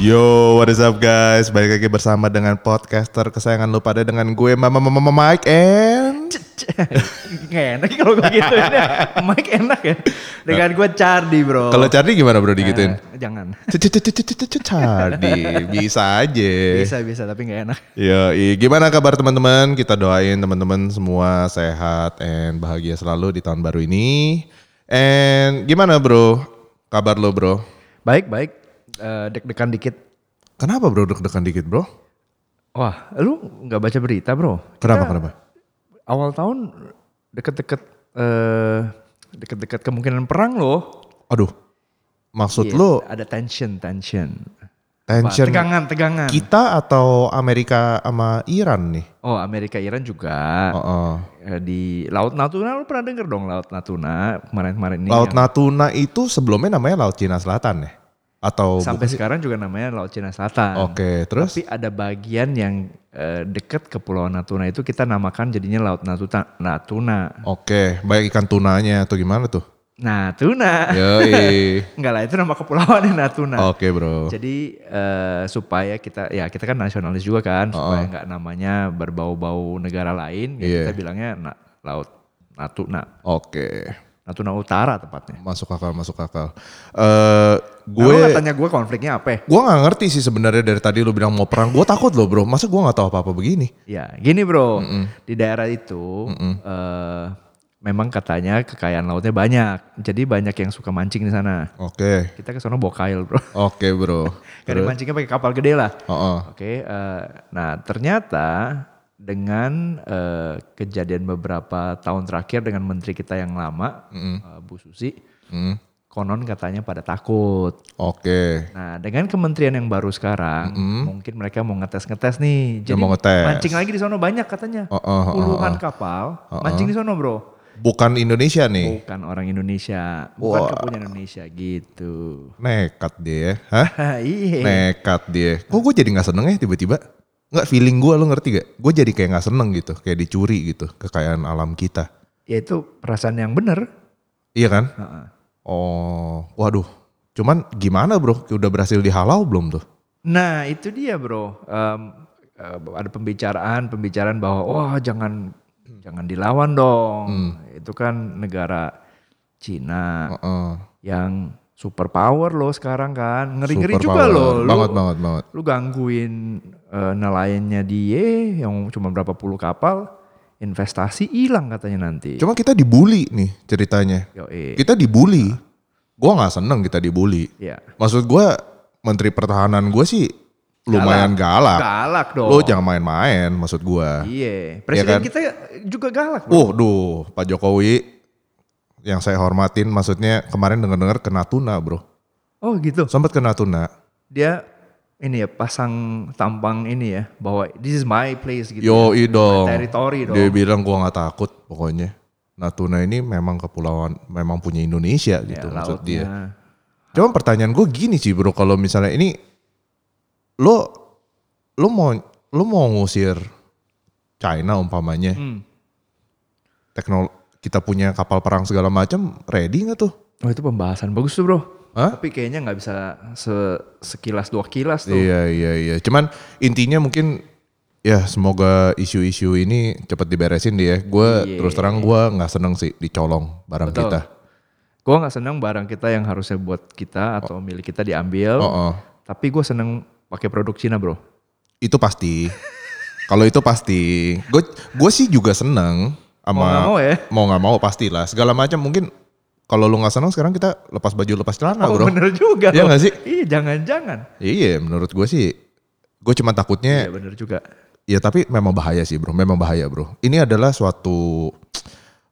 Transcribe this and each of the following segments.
Yo, what is up guys? Balik lagi bersama dengan podcaster kesayangan lu pada dengan gue Mama Mama Mama Mike and Nggak enak ya kalau gue gitu ya. Mic enak ya. Dengan gue Cardi bro. Kalau Charlie gimana bro digituin? Eh, jangan. Charlie, bisa aja. Bisa bisa tapi nggak enak. Yo, gimana kabar teman-teman? Kita doain teman-teman semua sehat and bahagia selalu di tahun baru ini. And gimana bro? Kabar lo bro? Baik baik. Eh, deg-degan dikit. Kenapa bro deg-degan dikit bro? Wah, lu nggak baca berita bro? Kenapa kenapa? Awal tahun deket-deket eh deket-deket kemungkinan perang loh. Aduh, maksud Iya, lo Ada tension tension. Wah, Oh. tension tegangan tegangan. kita atau Amerika sama Iran nih? Oh Amerika Iran juga. Oh, oh. Eh, Di Laut Natuna lu pernah denger dong Laut Natuna kemarin-kemarin ini. Laut yang Natuna itu sebelumnya namanya Laut Cina Selatan ya? Atau Sampai sekarang juga namanya Laut Cina Selatan. Oke, terus Tapi ada bagian yang eh, dekat Kepulauan Natuna itu kita namakan jadinya Laut Natuna. Natuna. oke, banyak ikan tunanya atau gimana tuh? Natuna. Yoi. Enggak lah, itu nama kepulauan yang Natuna. Oke, Bro. Jadi eh, supaya kita ya kita kan nasionalis juga kan, supaya nggak namanya berbau-bau negara lain, ya Oh. Iya. kita bilangnya na- Laut Natuna. Oke. Natuna Utara tepatnya. Masuk akal, masuk akal. Eh, Nah, lu nggak gue tanya gue konfliknya apa ya? gua nggak ngerti sih sebenarnya dari tadi lu bilang mau perang. Gue takut loh, Bro. Masa gua nggak tahu apa-apa begini? Ya, gini bro, di daerah itu eh, memang katanya kekayaan lautnya banyak, jadi banyak yang suka mancing di sana. Oke. Kita ke sana bokail bro, Oke, Bro. karena mancingnya pakai kapal gede lah. Oh, oh. Oke, eh, nah ternyata dengan eh, kejadian beberapa tahun terakhir dengan menteri kita yang lama, eh, Bu Susi, Hmm. konon katanya pada takut. Oke. Nah, dengan kementerian yang baru sekarang, mungkin mereka mau ngetes-ngetes nih. Jadi mau ngetes. mancing lagi di sono banyak katanya. Oh, oh, oh, Puluhan kapal mancing di sono, Bro. Bukan Indonesia nih. Bukan orang Indonesia, bukan kepunyaan Indonesia gitu. Nekat dia. Hah? Hah, Iya. Nekat dia. Kok gue jadi nggak seneng ya tiba-tiba? Nggak feeling gue lo ngerti gak? Gue jadi kayak nggak seneng gitu, kayak dicuri gitu kekayaan alam kita. Ya itu perasaan yang benar. Iya kan? Heeh. Oh, waduh. Cuman gimana bro? Udah berhasil dihalau belum tuh? Nah, itu dia, Bro. Em, eh, ada pembicaraan-pembicaraan bahwa wah jangan jangan dilawan dong. Hmm. Itu kan negara Cina, Heeh. yang super power loh sekarang kan ngeri-ngeri Super juga power. loh lu, Banget banget banget. lu gangguin eh, nelayannya dia yang cuma berapa puluh kapal investasi hilang katanya nanti Cuma kita dibully nih ceritanya. Yoi. Kita dibully. Gue nggak seneng kita dibully. ya Maksud gue, Menteri Pertahanan gue sih lumayan galak. galak dong Lo jangan main-main, maksud gue. iya kan? presiden kita juga galak bro. Oh, duh, Pak Jokowi yang saya hormatin maksudnya kemarin dengar-dengar ke Natuna, Bro. oh gitu Sempat ke Natuna. dia ini ya pasang tampang ini ya bahwa this is my place gitu Yo, dong. teritori dong Dia bilang gua nggak takut pokoknya. Natuna ini memang kepulauan memang punya Indonesia ya, gitu maksud dia. lautnya Cuman pertanyaan gue gini sih, Bro, kalau misalnya ini lo lo mau lo mau ngusir China umpamanya. Hmm. Teknol kita punya kapal perang segala macam ready nggak tuh? oh itu pembahasan bagus tuh bro Hah? tapi kayaknya nggak bisa se- sekilas dua kilas tuh Iya iya iya. Cuman intinya mungkin ya semoga isu-isu ini cepat diberesin deh ya. Gue Iya. terus terang gue nggak seneng sih dicolong barang Betul. kita. Gue nggak seneng barang kita yang harusnya buat kita atau milik kita diambil. Oh, oh. Tapi gue seneng pakai produk Cina bro. itu pasti. Kalau itu pasti. Gue gue sih juga seneng Mau nggak sama mau ya? mau nggak mau, pastilah segala macam mungkin kalau lu nggak seneng sekarang kita lepas baju lepas celana Oh bro. bener juga. Iya loh. nggak sih? Iya jangan-jangan. Iya menurut gue sih gue cuma takutnya Iya bener juga. Ya tapi memang bahaya sih bro, memang bahaya bro. Ini adalah suatu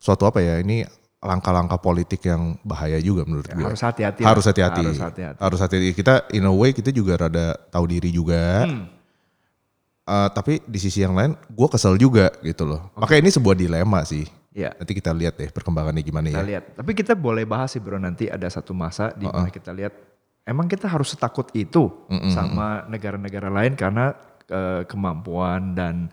suatu apa ya? Ini langkah-langkah politik yang bahaya juga menurut gue. Ya, Harus hati-hati. lah. Iya. Harus hati-hati. Harus hati-hati. Harus hati-hati. Kita in a way kita juga rada tahu diri juga. Hmm. Eh, tapi di sisi yang lain, gue kesel juga gitu loh. Makanya ini sebuah dilema sih. Iya. Nanti kita lihat deh perkembangannya gimana Kita ya. lihat. Tapi kita boleh bahas sih bro nanti ada satu masa di mana kita lihat. Emang kita harus setakut itu sama negara-negara lain karena eh, kemampuan dan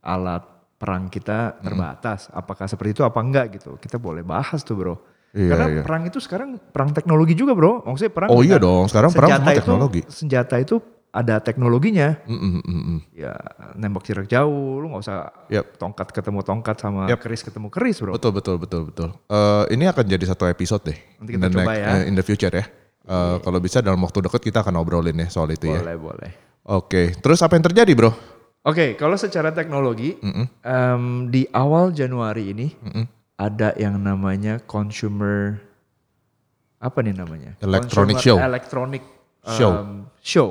alat perang kita terbatas. Apakah seperti itu apa enggak gitu? Kita boleh bahas tuh bro. Iya, Karena iya. perang itu sekarang perang teknologi juga bro. Maksudnya perang. Oh iya dengan dong, sekarang perang senjata semua itu- teknologi. senjata itu ada teknologinya. Mm, mm, mm, mm. Ya nembak jarak jauh, lu nggak usah Yap. tongkat ketemu tongkat sama Yap. keris ketemu keris bro. Iya. Betul betul betul betul. Eh, ini akan jadi satu episode deh. Nanti kita In the coba ya. Iya. eh, in the future ya. Eh, Kalau bisa dalam waktu dekat kita akan obrolin ya soal itu ya. Boleh boleh. Oke, terus apa yang terjadi bro? Oke, kalau secara teknologi em, di awal Januari ini ada yang namanya consumer apa nih namanya? Electronic Consumer show. Electronic em, Show. show.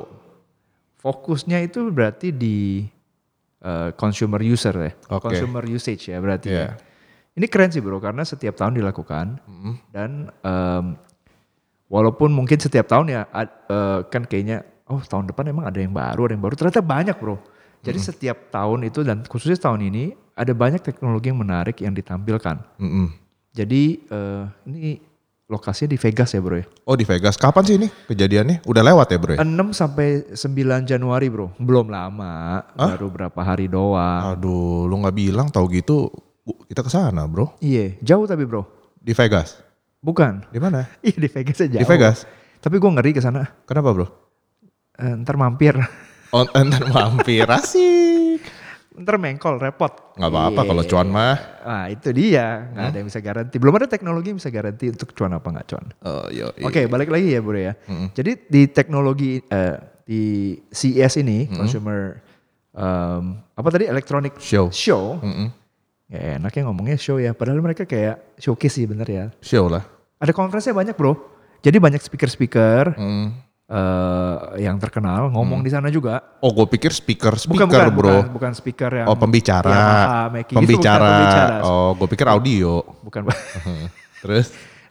Fokusnya itu berarti di eh, consumer user ya, Oke. consumer usage ya berarti. Iya. ya. Ini keren sih bro karena setiap tahun dilakukan Mm-hmm. dan em, walaupun mungkin setiap tahun ya ad- eh, kan kayaknya oh tahun depan emang ada yang baru ada yang baru ternyata banyak bro. Jadi Mm-hmm. setiap tahun itu dan khususnya tahun ini ada banyak teknologi yang menarik yang ditampilkan. Mm-mm. Jadi eh, ini lokasinya di Vegas ya bro ya. Oh di Vegas, kapan sih ini kejadiannya? Udah lewat ya bro? ya? 6 sampai 9 Januari bro. Belum lama, baru berapa hari doang. Aduh, lu nggak bilang tahu gitu bu- kita ke sana bro. Iya, jauh tapi bro. Di Vegas, Bukan. di mana? Iya di Vegas aja. Di Vegas. Tapi gue ngeri ke sana. Kenapa bro? Eh, ntar mampir, Oh, ntar mampir asik. ntar mengkol repot. Nggak apa-apa kalau Iya. cuan mah. Ah itu dia, nggak ada yang bisa garanti. Belum ada teknologi yang bisa garanti untuk cuan apa nggak cuan. Oh, yo, Oke, balik lagi ya Bro ya. Jadi di teknologi eh, di CES ini, consumer em, apa tadi electronic Show. show. Mm. Mm-mm. Ya enak ya ngomongnya show ya. Padahal mereka kayak showcase sih bener ya. Show lah. Ada konferensinya banyak bro. Jadi banyak speaker-speaker Mm. eh, yang terkenal ngomong di sana juga. Oh, gue pikir speaker speaker Bukan, bukan, bro. bukan, bukan speaker yang Oh pembicara, Yamaha, Mackie, itu bukan pembicara. pembicara. Oh, gue pikir audio. Hmm. bukan Terus,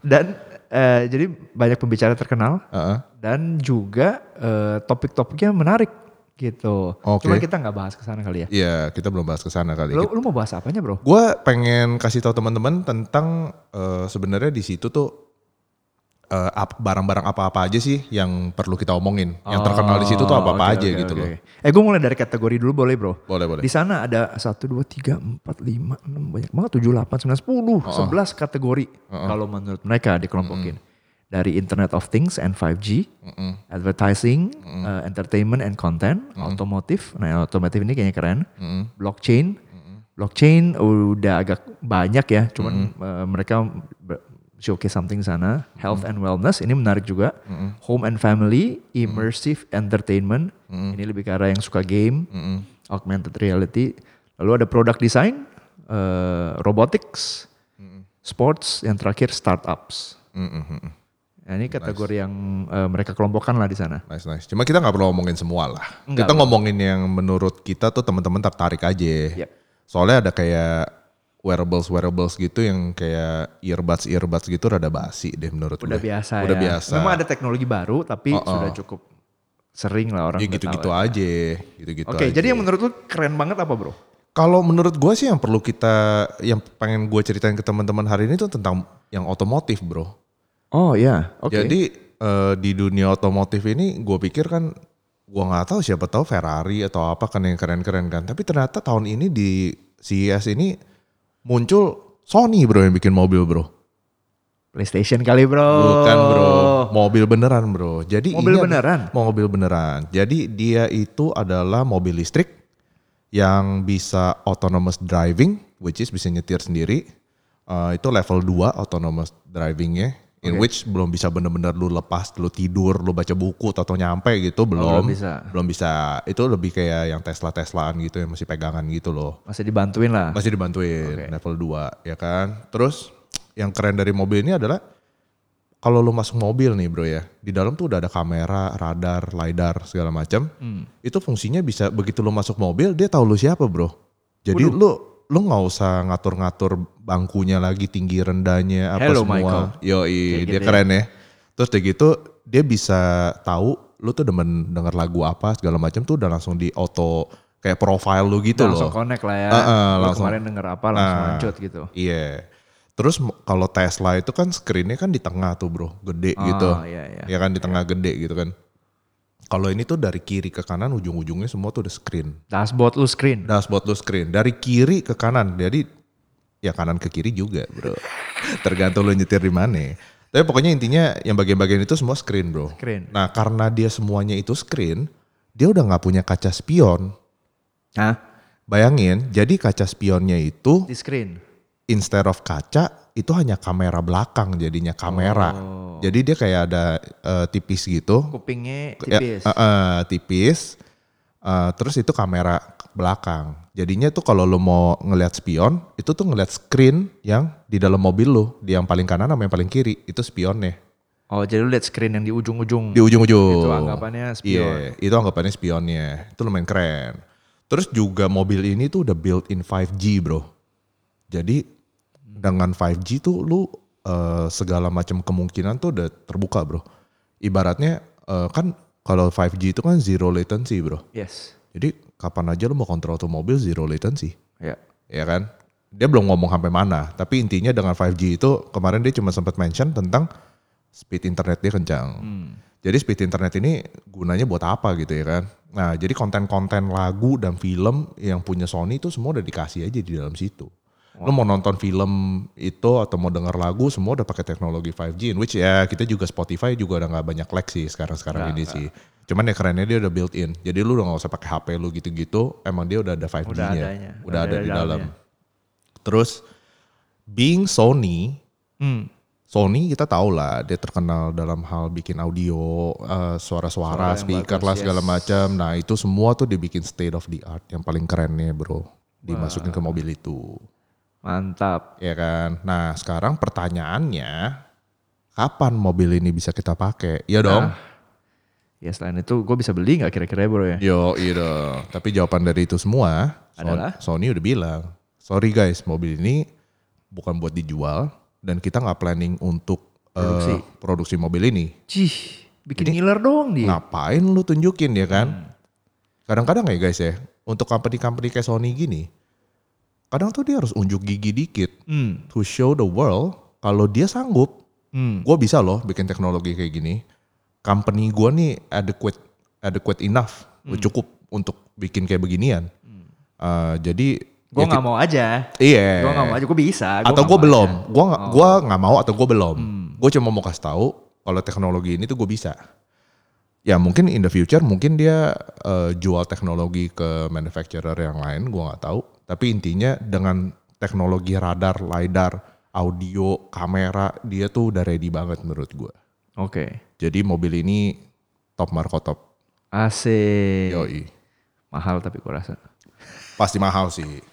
dan eh, jadi banyak pembicara terkenal heeh. dan juga eh, topik-topiknya menarik gitu. Oke. Cuman kita nggak bahas ke sana kali ya. ya kita belum bahas ke sana kali. Lu, lu mau bahas apanya bro? Gue pengen kasih tahu teman-teman tentang eh, sebenarnya di situ tuh eh, ap- barang-barang apa-apa aja sih yang perlu kita omongin. Yang terkenal di situ tuh apa-apa Oh, oke, aja oke, gitu oke. loh. Eh gue mulai dari kategori dulu boleh bro. Boleh boleh. Di sana ada 1, 2, 3, 4, 5, 6, banyak banget 7, 8, 9, 10, 11 kategori. Kalau menurut mereka dikelompokin. Dari Internet of Things and 5G, Mm-mm. advertising, uh, entertainment and content, otomotif. Nah, otomotif ini kayaknya keren. Mm-mm. Blockchain. Blockchain oh, udah agak banyak ya, cuman uh, mereka ber- showcase something di sana. Health and wellness ini menarik juga. Home and family, immersive entertainment. Ini lebih ke arah yang suka game, Mm-mm. augmented reality. Lalu ada product design, uh, robotics, sports, yang terakhir startups. Mm-mm, mm-mm. Nah, ini kategori yang eh, mereka kelompokkan lah di sana. Nice nice. Cuma kita nggak perlu omongin semua lah. Nggak kita ngomongin yang menurut kita tuh teman-teman tertarik aja. Yep. Soalnya ada kayak wearables wearables gitu yang kayak earbuds earbuds gitu rada basi deh menurut Udah gue. biasa Udah ya. biasa. Memang ada teknologi baru tapi Oh, oh. sudah cukup sering lah orang Ya udah gitu-gitu tahu. aja, gitu-gitu. Oke, aja. jadi yang menurut lu keren banget apa, Bro? kalau menurut gue sih yang perlu kita yang pengen gue ceritain ke teman-teman hari ini tuh tentang yang otomotif, bro. Oh, ya. Oke. Jadi eh, di dunia otomotif ini gue pikir kan gue nggak tahu siapa tahu Ferrari atau apa kan yang keren-keren kan. Tapi ternyata tahun ini di CES ini muncul Sony bro yang bikin mobil bro. PlayStation kali, Bro. Bukan bro, mobil beneran bro. Jadi Mobil ini ada- beneran? mobil beneran. Jadi dia itu adalah mobil listrik yang bisa autonomous driving, which is bisa nyetir sendiri. Eh, itu level 2 autonomous drivingnya, in Oke. which belum bisa bener-bener lu lepas, lu tidur, lu baca buku atau nyampe gitu belum. Oh, belum bisa. Belum bisa. Itu lebih kayak yang Tesla Teslaan gitu yang masih pegangan gitu loh. Masih dibantuin lah. Masih dibantuin Oke. level 2 ya kan. Terus yang keren dari mobil ini adalah kalau lu masuk mobil nih bro ya, di dalam tuh udah ada kamera, radar, lidar segala macam. Hmm. Itu fungsinya bisa begitu lu masuk mobil dia tahu lu siapa bro. Jadi lu lu nggak usah ngatur-ngatur bangkunya lagi tinggi rendahnya apa Hello, semua. Kayak Yoi, dia gitu ya. keren ya. Terus udah gitu dia bisa tahu lu tuh demen denger lagu apa segala macam tuh udah langsung di auto kayak profile lu gitu Udah loh. langsung connect lah ya. Ah, ah, Lu langsung. kemarin denger apa langsung Nah. lanjut gitu. Iya. Terus m- kalau Tesla itu kan screennya kan di tengah tuh bro, gede Ah, gitu. iya, iya. Ya kan di tengah gede gitu kan. Kalau ini tuh dari kiri ke kanan ujung-ujungnya semua tuh ada screen. Dashboard lu screen. Dashboard lu screen dari kiri ke kanan. Jadi ya kanan ke kiri juga bro. Tergantung lu nyetir di mana. Tapi pokoknya intinya yang bagian-bagian itu semua screen bro. Screen. Nah karena dia semuanya itu screen, dia udah nggak punya kaca spion. Hah? Bayangin, jadi kaca spionnya itu Di screen. instead of kaca itu hanya kamera belakang jadinya kamera. Oh. Jadi dia kayak ada eh, tipis gitu. Kupingnya Ya, tipis. eh, eh, tipis. Eh, terus itu kamera belakang. Jadinya tuh kalau lo mau ngelihat spion, itu tuh ngelihat screen yang di dalam mobil lo, di yang paling kanan sama yang paling kiri, itu spionnya. Oh jadi lu lihat screen yang di ujung-ujung. Di ujung-ujung. Itu anggapannya spion. Iya, itu anggapannya spionnya. Itu lumayan keren. Terus juga mobil ini tuh udah built in 5G bro. Jadi dengan 5G tuh lu eh, segala macam kemungkinan tuh udah terbuka bro. Ibaratnya eh, kan kalau 5G itu kan zero latency bro. Yes. Jadi kapan aja lu mau kontrol tuh mobil zero latency Ya. ya kan? Dia belum ngomong sampai mana, tapi intinya dengan 5G itu kemarin dia cuma sempat mention tentang speed internet dia kencang. Jadi speed internet ini gunanya buat apa gitu ya kan? Nah, jadi konten-konten lagu dan film yang punya Sony itu semua udah dikasih aja di dalam situ. Lo mau nonton film itu atau mau denger lagu semua udah pakai teknologi 5G, in which ya kita juga Spotify juga udah nggak banyak lag sih sekarang-sekarang ini sih. Cuman ya kerennya dia udah built in. Jadi lu udah nggak usah pakai HP lu gitu-gitu, emang dia udah ada 5G-nya. Udah ya. adanya. Iya, Udah ada, di dalam. dalamnya. Terus being Sony, Hmm. Sony kita tahu lah dia terkenal dalam hal bikin audio, eh, suara-suara, Suara yang speaker bagus, lah segala yes. macam. Nah itu semua tuh dibikin state of the art yang paling kerennya bro, dimasukin ke mobil itu, Mantap. ya kan. Nah sekarang pertanyaannya, kapan mobil ini bisa kita pakai? Iya dong. Nah, Ya selain itu gue bisa beli nggak kira-kira bro ya? Yo, iya dong. Tapi jawaban dari itu semua Son- Adalah? Sony udah bilang, sorry guys, mobil ini bukan buat dijual dan kita nggak planning untuk eh, Produksi. produksi mobil ini. Cih. Bikin ngiler doang dia. Ngapain lu tunjukin ya kan? Hmm. Kadang-kadang ya guys ya, untuk company-company kayak Sony gini, kadang tuh dia harus unjuk gigi dikit Hmm. to show the world kalau dia sanggup Hmm. gue bisa loh bikin teknologi kayak gini. Company gue nih adequate, adequate enough, Hmm. cukup untuk bikin kayak beginian. Eh, jadi Gue ya Hmm. nggak mau aja. ti- iya. Gue nggak mau aja. Gue bisa. atau gue nggak mau Oh. Hmm. belum, aja. gue nggak gua nggak mau atau gue belum. Gue cuma mau kasih tahu kalau teknologi ini tuh gue bisa. Ya mungkin in the future mungkin dia eh, jual teknologi ke manufacturer yang lain, gue nggak tahu. Tapi intinya dengan teknologi radar, lidar, audio, kamera, dia tuh udah ready banget menurut gue. Oke. Jadi mobil ini top Marco top. Asik. Yoi. Mahal tapi gue rasa. Pasti mahal sih.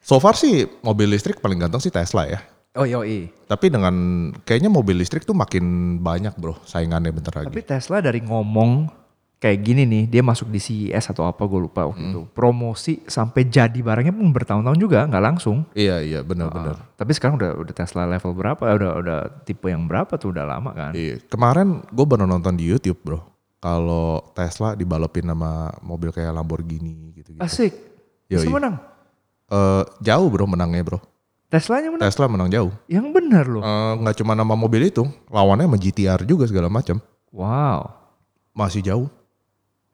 So far sih mobil listrik paling ganteng sih Tesla ya. Oh yoi. Tapi dengan kayaknya mobil listrik tuh makin banyak bro saingannya bentar lagi. Tapi Tesla dari ngomong kayak gini nih, dia masuk di CES atau apa gue lupa waktu Hmm. itu. Promosi sampai jadi barangnya pun bertahun-tahun juga, nggak langsung. iya iya benar-benar. Ah, tapi sekarang udah udah Tesla level berapa? Udah udah tipe yang berapa tuh? Udah lama kan? Iya. Kemarin gue baru nonton di YouTube bro. Kalau Tesla dibalopin sama mobil kayak Lamborghini gitu. -gitu. Asik. Bisa Yoi. menang. jauh bro menangnya bro. Teslanya menang. Tesla menang jauh. Yang benar loh. Eh, Nggak cuma nama mobil itu, lawannya sama GTR juga segala macam. Wow. masih jauh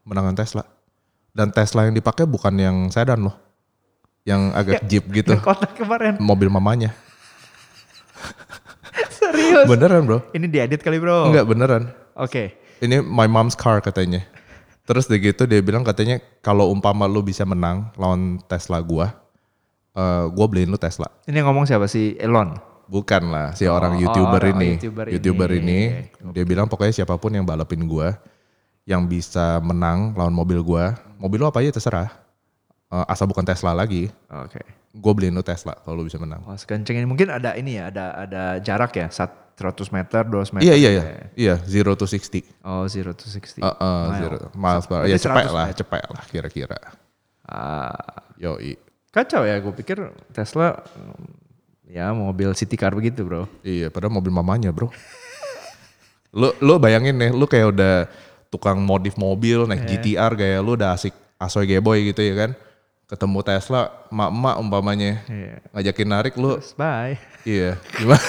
menangan Tesla. Dan Tesla yang dipakai bukan yang sedan loh, yang agak jeep gitu, Yang kotak kemarin. mobil mamanya. Serius. Beneran bro? Ini diedit kali bro. Enggak beneran. Oke. Ini my mom's car katanya. Terus dia gitu dia bilang katanya kalau umpama lu bisa menang lawan Tesla gua, eh gua beliin lu Tesla. Ini yang ngomong siapa sih? Elon. Bukan lah si orang oh, youtuber orang- oh, ini, YouTuber YouTuber, ini. iya, ini, dia bilang pokoknya siapapun yang balapin gua yang bisa menang lawan mobil gua, mobil lu apa aja terserah. Eh, asal bukan Tesla lagi, Oke. gue beliin lu Tesla kalau lu bisa menang. Wah, sekenceng ini mungkin ada ini ya, ada ada jarak ya, sat- 100 meter, 200 meter. Iya iya iya, iya zero to sixty. Oh, 0 to 60. Uh, uh, zero miles per hour. Berarti ya cepet 100 lah, cepet lah kira-kira. Ah, Yoi. kacau ya, gue pikir Tesla mm, ya mobil city car begitu bro. Iya, padahal mobil mamanya bro. lu lu bayangin nih, lu kayak udah tukang modif mobil naik Iya. GTR kayak lu udah asik asoy geboy gitu ya kan. Ketemu Tesla, emak-emak umpamanya Iya. ngajakin narik lu, Terus bye. iya gimana?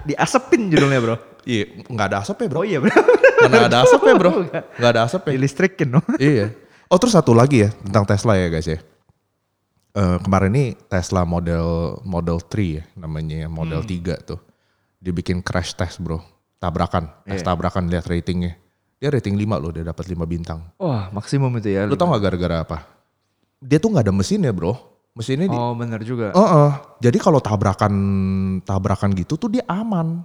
Diasepin judulnya bro. iya, nggak ada asap ya bro? Oh iya bro. Mana ada asap ya bro? Nggak ada asap ya? Dilistrikin dong. iya. Oh terus satu lagi ya tentang Tesla ya guys ya. eh, kemarin ini Tesla model Model 3 ya namanya ya, Model 3 tuh dibikin crash test bro tabrakan tes tabrakan lihat ratingnya dia rating 5 loh dia dapat 5 bintang Wah maksimum itu ya. lu tau gak gara-gara apa dia tuh nggak ada mesinnya bro mesinnya di Oh benar juga. Heeh. jadi kalau tabrakan tabrakan gitu tuh dia aman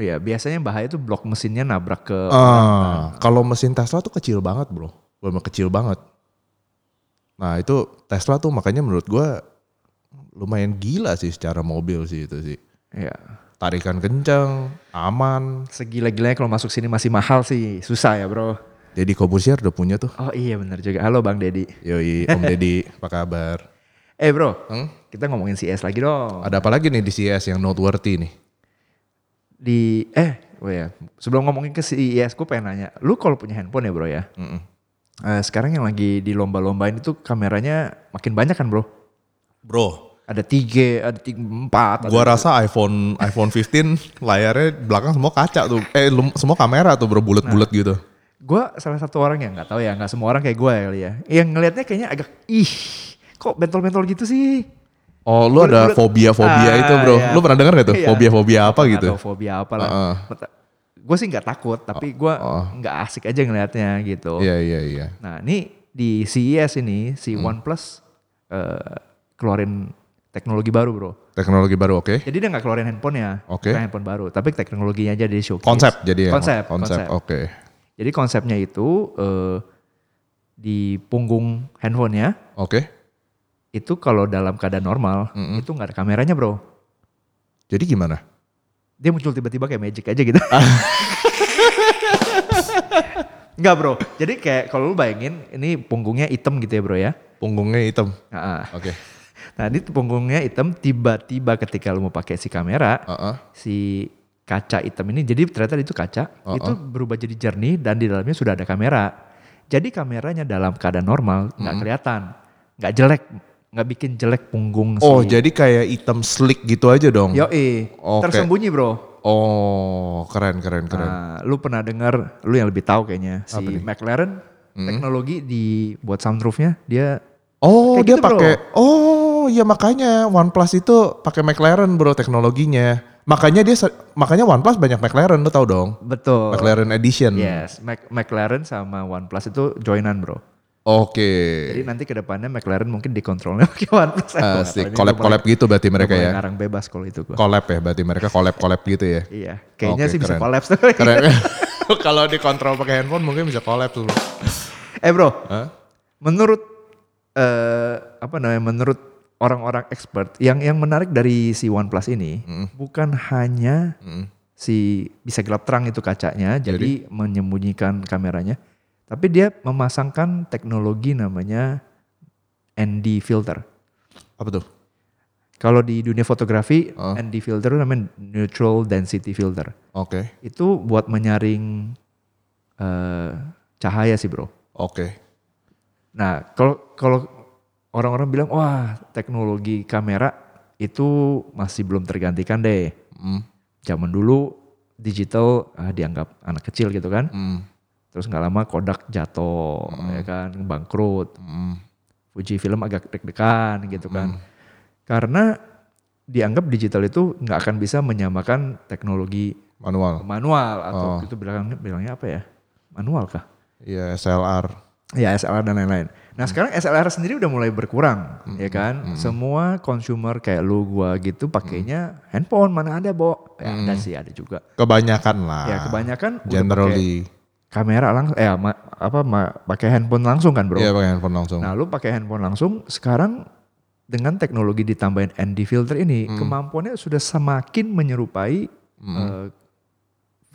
Iya biasanya bahaya tuh blok mesinnya nabrak ke. Ah, kalau mesin Tesla tuh kecil banget bro, benar kecil banget. Nah itu Tesla tuh makanya menurut gua lumayan gila sih secara mobil sih itu sih. Iya. Tarikan kencang, aman. Segila-gilanya kalau masuk sini masih mahal sih susah ya bro. Jadi Kobusier udah punya tuh. Oh iya benar juga. Halo bang Deddy. Yoi, Om Deddy, apa kabar? Eh bro, Hmm? kita ngomongin CS lagi dong. Ada apa lagi nih di CES yang noteworthy nih? Di eh oh ya sebelum ngomongin ke CES gue pengen nanya, lu kalau punya handphone ya bro ya. Mm-mm. Eh, sekarang yang lagi di lomba-lombain itu kameranya makin banyak kan bro? Bro, Ada tiga, ada tiga, empat. gua ada- rasa iPhone iPhone 15 layarnya belakang semua kaca tuh, eh lum- semua kamera tuh bro bulat-bulat gitu. gue salah satu orang yang nggak tahu ya nggak semua orang kayak gue ya kali ya yang ngelihatnya kayaknya agak ih kok bentol-bentol gitu sih Oh, lu ada Bulat-bulat. fobia-fobia Ah, itu, Bro. iya. Lu pernah dengar gak tuh? Iya. Fobia-fobia apa gitu? atau fobia apa lah Heeh. gue sih nggak takut tapi gue Oh. nggak asik aja ngelihatnya gitu Iya, iya, iya. nah ini di CES ini si Hmm. OnePlus eh, keluarin teknologi baru bro Teknologi baru oke. jadi dia nggak keluarin handphonenya Oke. bukan handphone baru tapi teknologinya aja di showcase Konsep jadi ya. konsep konsep. konsep. Oke. jadi konsepnya itu eh, di punggung handphonenya Oke. itu kalau dalam keadaan normal Mm-mm. itu nggak ada kameranya bro Jadi gimana? dia muncul tiba-tiba kayak magic aja gitu Ah. nggak bro jadi kayak kalau lu bayangin ini punggungnya hitam gitu ya bro ya Punggungnya hitam. Nah, Oke. nah ini punggungnya hitam tiba-tiba ketika lu mau pakai si kamera Heeh. si kaca hitam ini jadi ternyata itu kaca Uh-uh. itu berubah jadi jernih dan di dalamnya sudah ada kamera jadi kameranya dalam keadaan normal nggak kelihatan nggak jelek nggak bikin jelek punggung Oh, si jadi kayak hitam slick gitu aja dong. Yoi, Oke. tersembunyi bro. Oh, keren keren keren. Nah, lu pernah dengar, lu yang lebih tahu kayaknya si McLaren teknologi di buat soundproofnya dia oh, kayak dia gitu, Bro. pakai Oh, ya makanya OnePlus itu pakai McLaren, Bro, teknologinya. Makanya dia se- makanya OnePlus banyak McLaren, lu tau dong. betul. McLaren Edition. Yes, Mac- McLaren sama OnePlus itu joinan bro. Oke. Jadi nanti kedepannya McLaren mungkin dikontrolnya pakai OnePlus. Eh, gua nggak Asik, tahu, ini collab collab gitu berarti nggak mereka boleh ya. ngarang bebas kalau itu gua. Collab ya berarti mereka collab collab gitu ya. Iya, kayaknya Oke, sih bisa keren. collab. Keren. Kalau dikontrol pakai handphone mungkin bisa collab tuh. Bro. eh bro, Hah? menurut eh apa namanya? Menurut orang-orang expert yang yang menarik dari si OnePlus ini bukan hanya Mm. si bisa gelap terang itu kacanya jadi, Jadi? menyembunyikan kameranya tapi dia memasangkan teknologi namanya ND filter Apa tuh? kalau di dunia fotografi Oh. ND filter itu namanya neutral density filter Oke, itu buat menyaring eh, cahaya sih bro oke. nah kalau kalau orang-orang bilang wah teknologi kamera itu masih belum tergantikan deh Mm, zaman dulu digital ah, dianggap anak kecil gitu kan mm, terus nggak lama Kodak jatuh ya kan bangkrut mm. Fuji film agak deg-degan Hmm. gitu kan karena dianggap digital itu nggak akan bisa menyamakan teknologi Manual. manual atau Oh. itu bilangnya bilangnya apa ya manual kah Iya, SLR. ya SLR dan lain-lain nah Hmm. sekarang SLR sendiri udah mulai berkurang ya kan semua consumer kayak lu gua gitu pakainya Hmm. handphone mana ada bo ya ada sih ada juga Kebanyakan lah. ya kebanyakan udah pakai Ah, Generally. kamera langsung eh ma- apa ma- pakai handphone langsung kan bro Iya pakai handphone langsung. Nah, lu pakai handphone langsung sekarang dengan teknologi ditambahin ND filter ini Hmm. kemampuannya sudah semakin menyerupai eh,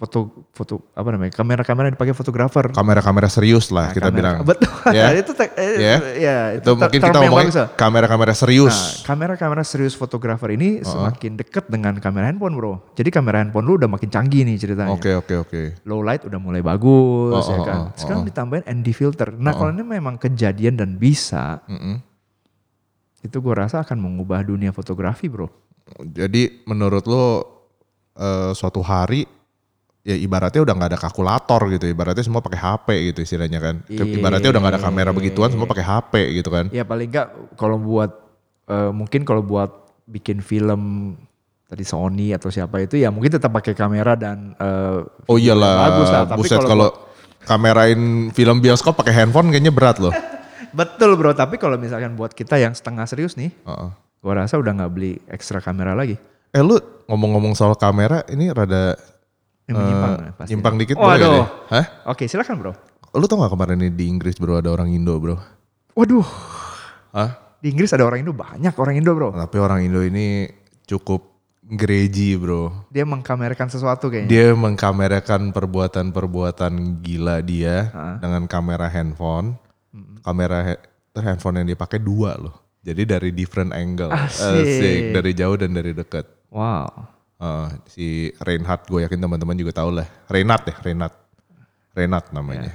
foto foto apa namanya kamera-kamera yang dipakai fotografer. Kamera-kamera serius lah Nah, kita kamera- bilang. Betul. Ya. Nah, itu tek- eh, Ya. ya, Itu ter- mungkin term kita yang ngomongin bagus lah. kamera-kamera Nah, serius. kamera-kamera serius fotografer ini semakin dekat dengan kamera handphone, Bro. Jadi kamera handphone lu udah makin canggih nih ceritanya Oke, oke, oke. low light udah mulai Oh, bagus ya oh, kan. oh, oh, Sekarang oh. ditambahin ND filter. Nah, kalau ini memang kejadian dan bisa, Mm-mm. itu gue rasa akan mengubah dunia fotografi, Bro. Jadi menurut lo eh, suatu hari ya ibaratnya udah nggak ada kalkulator gitu, ibaratnya semua pakai HP gitu istilahnya kan. Iya, Ibaratnya udah nggak ada kamera begituan, semua pakai HP gitu kan. Ya paling nggak kalau buat eh, mungkin kalau buat bikin film tadi Sony atau siapa itu ya mungkin tetap pakai kamera dan eh, Oh iyalah, Bagus lah, tapi buset kalau kalau kamerain film bioskop pakai handphone kayaknya berat loh. betul bro. Tapi kalau misalkan buat kita yang setengah serius nih, Heeh. gua rasa udah nggak beli ekstra kamera lagi. Eh lu ngomong-ngomong soal kamera ini rada Ini menyimpang eh, lah pasti. nyimpang dikit Oh, boleh gak aduh. deh? Hah? Oke silakan bro. Lu tau gak kemarin ini di Inggris bro ada orang Indo bro? Waduh, Hah? di Inggris ada orang Indo banyak orang Indo bro. Tapi orang Indo ini cukup gereji bro. Dia mengkamerakan sesuatu kayaknya. Dia mengkamerakan perbuatan-perbuatan gila dia Heeh. dengan kamera handphone. Kamera he- ter- handphone yang dipakai dua loh. Jadi dari different angle. Eh, Asik. Dari jauh dan dari dekat. Wow. Eh, si Reinhardt gue yakin teman-teman juga tau lah. Reinhardt ya, Reinhardt. Reinhardt namanya.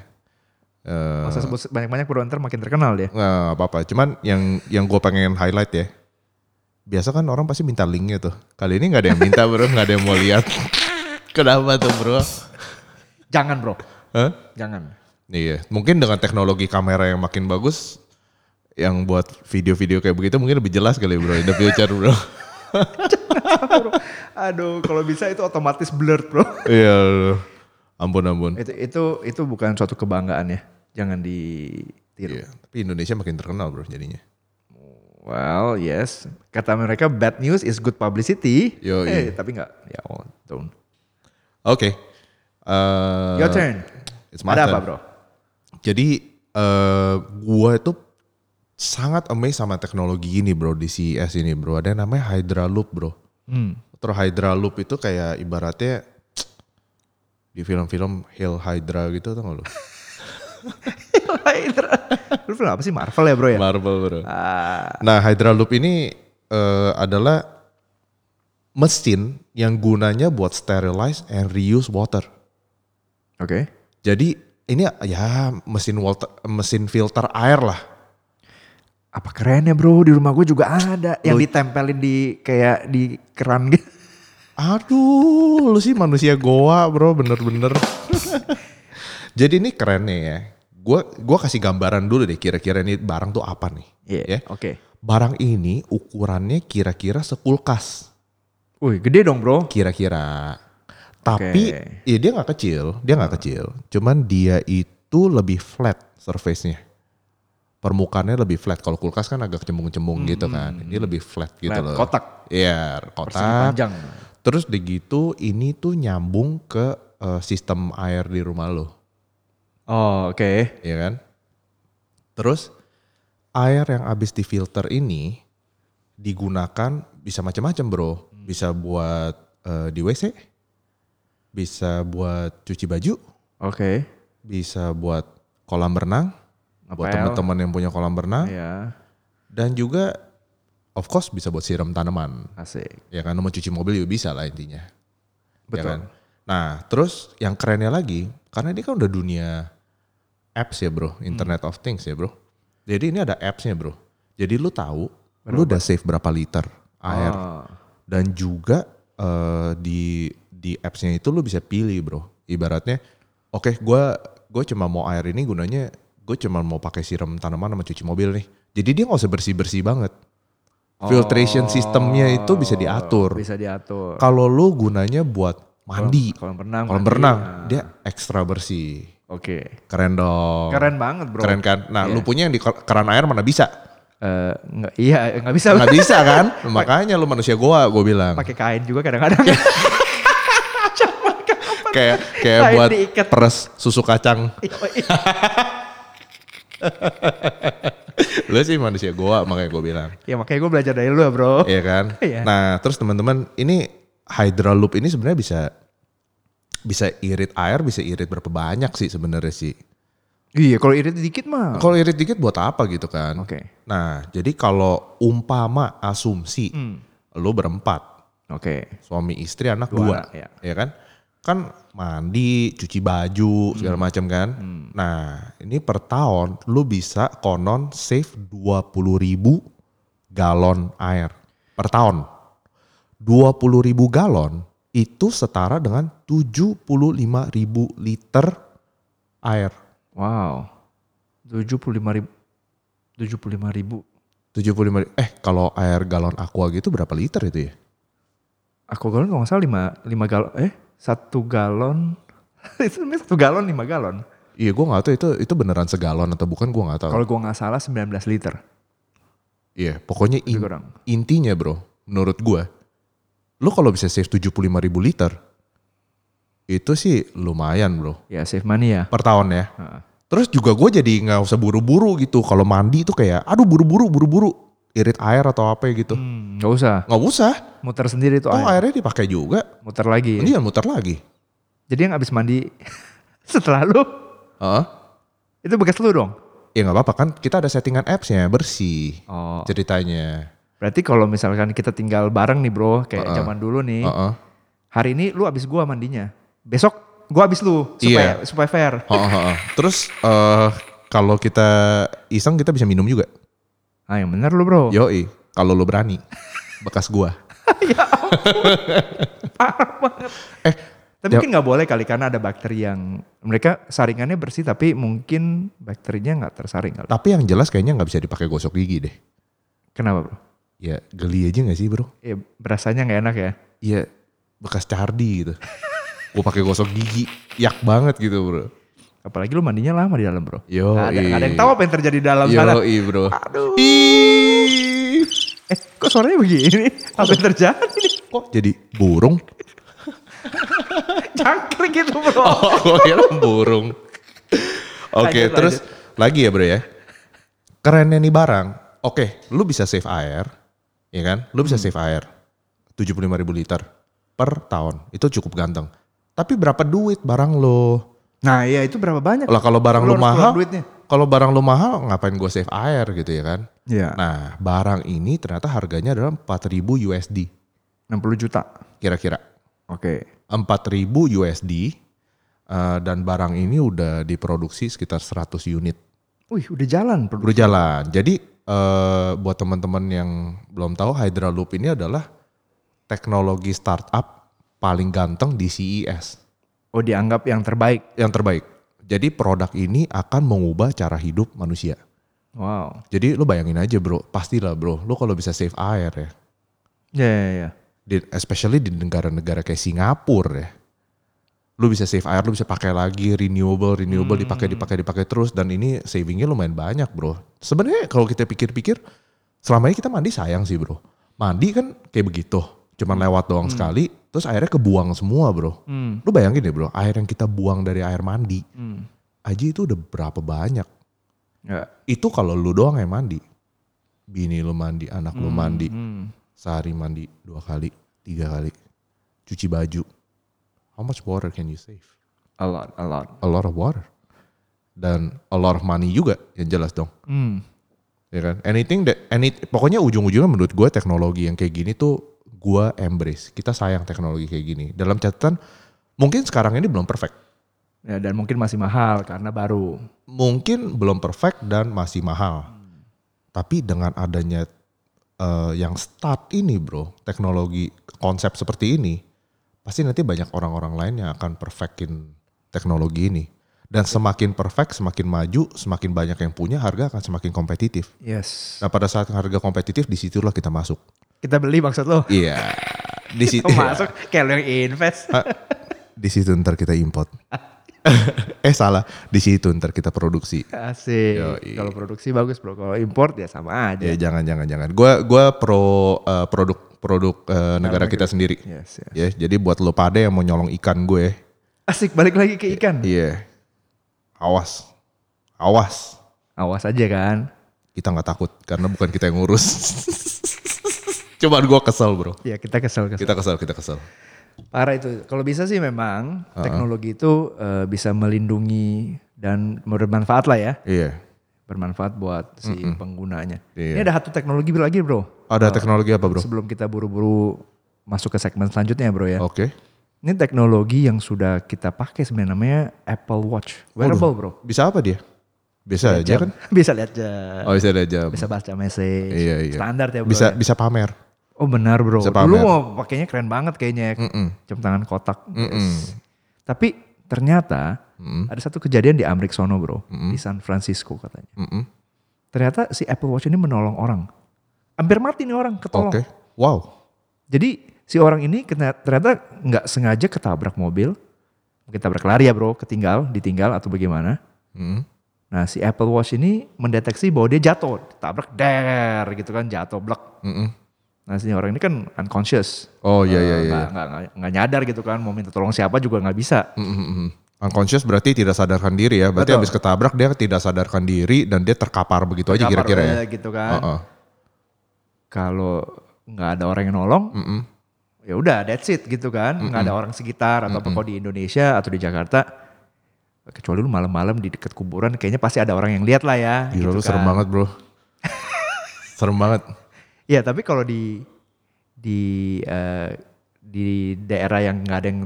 Eh, Masa sebut banyak-banyak bro ntar makin terkenal dia. nggak apa-apa. Cuman yang yang gue pengen highlight ya. Biasa kan orang pasti minta linknya tuh. Kali ini nggak ada yang minta bro, nggak ada yang mau lihat. Kenapa tuh bro? Jangan bro, Hah? jangan. Iya, mungkin dengan teknologi kamera yang makin bagus, yang buat video-video kayak begitu mungkin lebih jelas kali ya, bro, in the future bro. Bro, Aduh, kalau bisa itu otomatis blurred bro. Iya, bro. ampun ampun. itu itu itu bukan suatu kebanggaan ya. Jangan Iya, ditiru. tapi Indonesia makin terkenal bro jadinya. Well, yes. Kata mereka bad news is good publicity. Yo, eh, tapi nggak. Ya, oh, don't. Oke, Eh, Your turn. it's my turn. Ada apa bro? Jadi eh gua itu sangat amazed sama teknologi ini bro di CES ini bro. Ada yang namanya Hydra Loop bro. Terus Hydra Loop itu kayak ibaratnya di film-film Hail Hydra gitu tau gak lu? Lu film apa sih Marvel ya bro ya? Marvel bro. Ah, Nah, Hydra Loop ini eh, adalah mesin yang gunanya buat sterilize and reuse water. Oke. Jadi ini ya mesin water, mesin filter air lah. Apa keren ya bro? Di rumah gue juga ada yang ditempelin di kayak di keran gitu. Aduh, lu sih manusia goa bro, bener-bener. Jadi ini kerennya ya. Gua gua kasih gambaran dulu deh kira-kira ini barang tuh apa nih. Iya. ya. Oke. Barang ini ukurannya kira-kira sekulkas. Wih, gede dong bro. kira-kira. Tapi ya dia nggak kecil, dia nggak kecil. Cuman dia itu lebih flat surface-nya. Permukaannya lebih flat. Kalau kulkas kan agak cembung-cembung gitu kan. Ini lebih flat gitu loh. Hmm. Flat, Nah, kotak. Iya, Persegi kotak. panjang. Terus begitu ini tuh nyambung ke eh, sistem air di rumah lo, Oh, oke. ya kan? Terus air yang habis difilter ini digunakan bisa macam-macam, Bro. Hmm. Bisa buat eh, di WC, bisa buat cuci baju, Oke. bisa buat kolam renang, buat Ngepel. teman-teman yang punya kolam renang Iya. dan juga of course bisa buat siram tanaman. Asik. Ya kan mau cuci mobil juga bisa lah intinya. Ya Betul. kan? Nah, terus yang kerennya lagi, karena ini kan udah dunia apps ya bro, Internet of Things ya bro. Jadi ini ada appsnya bro. Jadi lu tahu, lu udah save berapa liter air Oh. dan juga eh, di di appsnya itu lu bisa pilih bro. Ibaratnya, oke gua gue cuma mau air ini gunanya gue cuma mau pakai siram tanaman sama cuci mobil nih. Jadi dia nggak usah bersih bersih banget. Filtration sistemnya itu bisa diatur Oh. Bisa diatur. kalau lu gunanya buat mandi, Kolam renang. kolam mandi. berenang, Nah, dia ekstra bersih. Oke. Keren dong. Keren banget Oh. bro. Iya. Keren kan? Nah, lu punya yang di ker- keran air mana bisa? Eh, nggak, iya nggak bisa. Nggak bisa kan? Makanya lu manusia goa, gue bilang. Pakai kain juga kadang-kadang. Iya. Kayak kayak Kain buat diikat. peres susu kacang. lu sih manusia goa, makanya gue bilang. ya makanya gue belajar dari lu ya bro. Iya kan? Iya. Nah, terus teman-teman, ini Hydra Loop ini sebenarnya bisa bisa irit air, bisa irit berapa banyak sih sebenarnya sih. Iya kalau irit dikit mah. Kalau irit dikit buat apa gitu kan? Oke. Nah, jadi kalau umpama asumsi Hmm. lo berempat, Oke. suami istri anak Dua dua, anak, ya. kan? Kan mandi, cuci baju, Hmm. segala macam kan? Nah, ini per tahun lo bisa konon save 20 ribu galon air per tahun. 20 ribu galon itu setara dengan 75 ribu liter air. Wow. 75 ribu. 75 ribu. 75 eh kalau air galon aqua gitu berapa liter itu ya? Aku galon kalau nggak salah 5, 5 galon. Eh, satu galon. itu namanya satu galon 5 galon. Iya gue nggak tahu itu itu beneran segalon atau bukan gue nggak tahu. Kalau gua nggak salah 19 liter. Iya pokoknya in- Lebih kurang. intinya bro menurut gue lo kalau bisa save 75 ribu liter itu sih lumayan bro Ya, save money ya. per tahun ya. Heeh. Terus juga gue jadi nggak usah buru-buru gitu. Kalau mandi itu kayak aduh buru-buru buru-buru irit air atau apa gitu. Hmm, Oh, iya. gak usah. Nggak usah. Muter sendiri tuh Toh air. airnya dipakai juga. Muter lagi. Oh, Ini ya muter lagi. Jadi yang abis mandi setelah lu, Heeh. itu bekas lu dong? Ya nggak apa-apa kan kita ada settingan appsnya bersih Oh. ceritanya. Berarti kalau misalkan kita tinggal bareng nih bro, kayak zaman dulu nih. Heeh. Hari ini lu abis gua mandinya. Besok gua abis Iya. lu supaya supaya fair. Heeh, heeh. Terus eh kalau kita iseng kita bisa minum juga. Ah, yang bener lu bro. Yoi. Kalau lo berani. Bekas gua. Tapi Iya. mungkin nggak boleh kali karena ada bakteri yang mereka saringannya bersih tapi mungkin bakterinya nggak tersaring kali. Tapi yang jelas kayaknya nggak bisa dipakai gosok gigi deh. Kenapa bro? Ya geli aja nggak sih bro? Ya, berasanya nggak enak ya. Iya bekas cardi gitu. Gue pakai gosok gigi, yak banget gitu bro. Apalagi lu mandinya lama di dalam bro. Yo, Nggak ada, nggak ada yang tahu apa yang terjadi di dalam sana. Yo, bro. Aduh. Ih. Eh, kok suaranya begini? Apa yang terjadi? nih? Kok jadi burung? Jangkrik gitu bro. Oh, gue kira burung. Oke, Lanjut, terus lagi ya bro ya. Kerennya nih barang. Oke, lu bisa save air, ya kan? Lu Hmm. bisa save air. 75 ribu liter per tahun. Itu cukup ganteng. Tapi berapa duit barang lo? Nah iya itu berapa banyak? Lah kalau barang Lu lu, harus keluar mahal, duitnya. kalau barang lu mahal ngapain gue save air gitu ya kan? Iya. Nah, barang ini ternyata harganya adalah 4000 USD 60 juta. kira-kira. Oke. 4000 USD eh, dan barang ini udah diproduksi sekitar 100 unit. Wih udah jalan bro. Berjalan. Jadi eh, buat teman-teman yang belum tahu Hydra Loop ini adalah teknologi startup paling ganteng di CES. Oh dianggap yang terbaik. Yang terbaik. Jadi produk ini akan mengubah cara hidup manusia. Wow. Jadi lu bayangin aja bro, pastilah bro, lu kalau bisa save air ya, Ya ya ya. di, especially di negara-negara kayak Singapura ya, lu bisa save air, lu bisa pakai lagi renewable, Hmm. renewable dipakai, dipakai, dipakai terus dan ini savingnya lumayan banyak bro. Sebenarnya kalau kita pikir-pikir, selama ini kita mandi sayang sih bro. Mandi kan kayak begitu, cuman lewat doang sekali, terus airnya kebuang semua bro. Hmm. Lu bayangin deh bro, air yang kita buang dari air mandi, Hmm. aja itu udah berapa banyak Ya. itu kalau lu doang yang mandi bini lu mandi anak lu mandi Hmm. sehari mandi dua kali tiga kali cuci baju how much water can you save A lot, a lot. a lot of water dan a lot of money juga yang jelas dong Hmm. ya kan anything that any pokoknya ujung-ujungnya menurut gue teknologi yang kayak gini tuh gue embrace kita sayang teknologi kayak gini dalam catatan mungkin sekarang ini belum perfect Ya, dan mungkin masih mahal karena baru. mungkin belum perfect dan masih mahal. Tapi dengan adanya eh, yang start ini bro, teknologi konsep seperti ini, pasti nanti banyak orang-orang lain yang akan perfectin teknologi ini. Dan semakin perfect, semakin maju, semakin banyak yang punya, harga akan semakin kompetitif. Yes. Nah pada saat harga kompetitif, disitulah kita masuk. Kita beli maksud lo? Iya. Di situ. Lo masuk kayak lo yang invest. Di situ ntar kita import. eh salah, di situ ntar kita produksi. Asik. Yoi. Kalau produksi bagus bro. Kalau import ya sama Ya aja. jangan jangan jangan. Gua gua pro eh, produk produk eh, negara kita sendiri. Yes, yes. Ya, jadi buat lo pada yang mau nyolong ikan gue, Asik balik lagi ke ikan. iya. Awas. Awas. Awas aja kan. Kita nggak takut karena bukan kita yang ngurus. Cuman gua kesel, Bro. Ya kita kesel kesel. Kita kesel, kita kesel. Gitu. Parah itu. Kalau bisa sih memang teknologi itu eh, bisa melindungi dan bermanfaat lah ya. Iya. Bermanfaat buat si penggunanya. Iya. Ini ada satu teknologi lagi bro. Ada teknologi apa, Bro? Oke. Sebelum kita buru-buru masuk ke segmen selanjutnya bro Oh. ya. Ini teknologi yang sudah kita pakai sebenarnya namanya Apple Watch. Wearable bro. Bisa apa dia? Bisa aja kan? Bisa lihat jam. Oh, bisa ada jam. Bisa baca message. Iya, iya. Standar ya bro. Bisa ya. bisa pamer. Oh benar bro. Bisa Dulu pamer. mau pakainya keren banget kayaknya ya. Mm-mm. Jam tangan kotak. Mm-mm. Yes. Tapi ternyata Mm-mm. ada satu kejadian di Amrik sono bro. Di San Francisco katanya. Mm-mm. Ternyata si Apple Watch ini menolong orang. Hampir mati nih orang ketolong. Oke. Wow. Jadi si orang ini kena- ternyata nggak sengaja ketabrak mobil. Mungkin tabrak lari ya bro. Ketinggal, ditinggal atau bagaimana. Mm-mm. Nah si Apple Watch ini mendeteksi bahwa dia jatuh. Tabrak der gitu kan jatuh blek. Mm-mm. Nah si orang ini kan unconscious. Oh iya iya Eh, iya. nggak- nggak- nggak- nggak nyadar gitu kan mau minta tolong siapa juga nggak bisa Mm-mm. Unconscious berarti tidak sadarkan diri ya. Berarti Betul. habis ketabrak dia tidak sadarkan diri dan dia terkapar begitu aja Kamar, kira-kira ya. eh, gitu kan Heeh. kalau nggak ada orang yang nolong Mm-mm. ya udah that's it gitu kan nggak ada orang sekitar atau apa kok di Indonesia atau di Jakarta kecuali lu malam-malam di dekat kuburan kayaknya pasti ada orang yang lihat lah ya Gila gitu lu serem kan. banget bro. serem banget. ya tapi kalau di di eh, di daerah yang nggak ada yang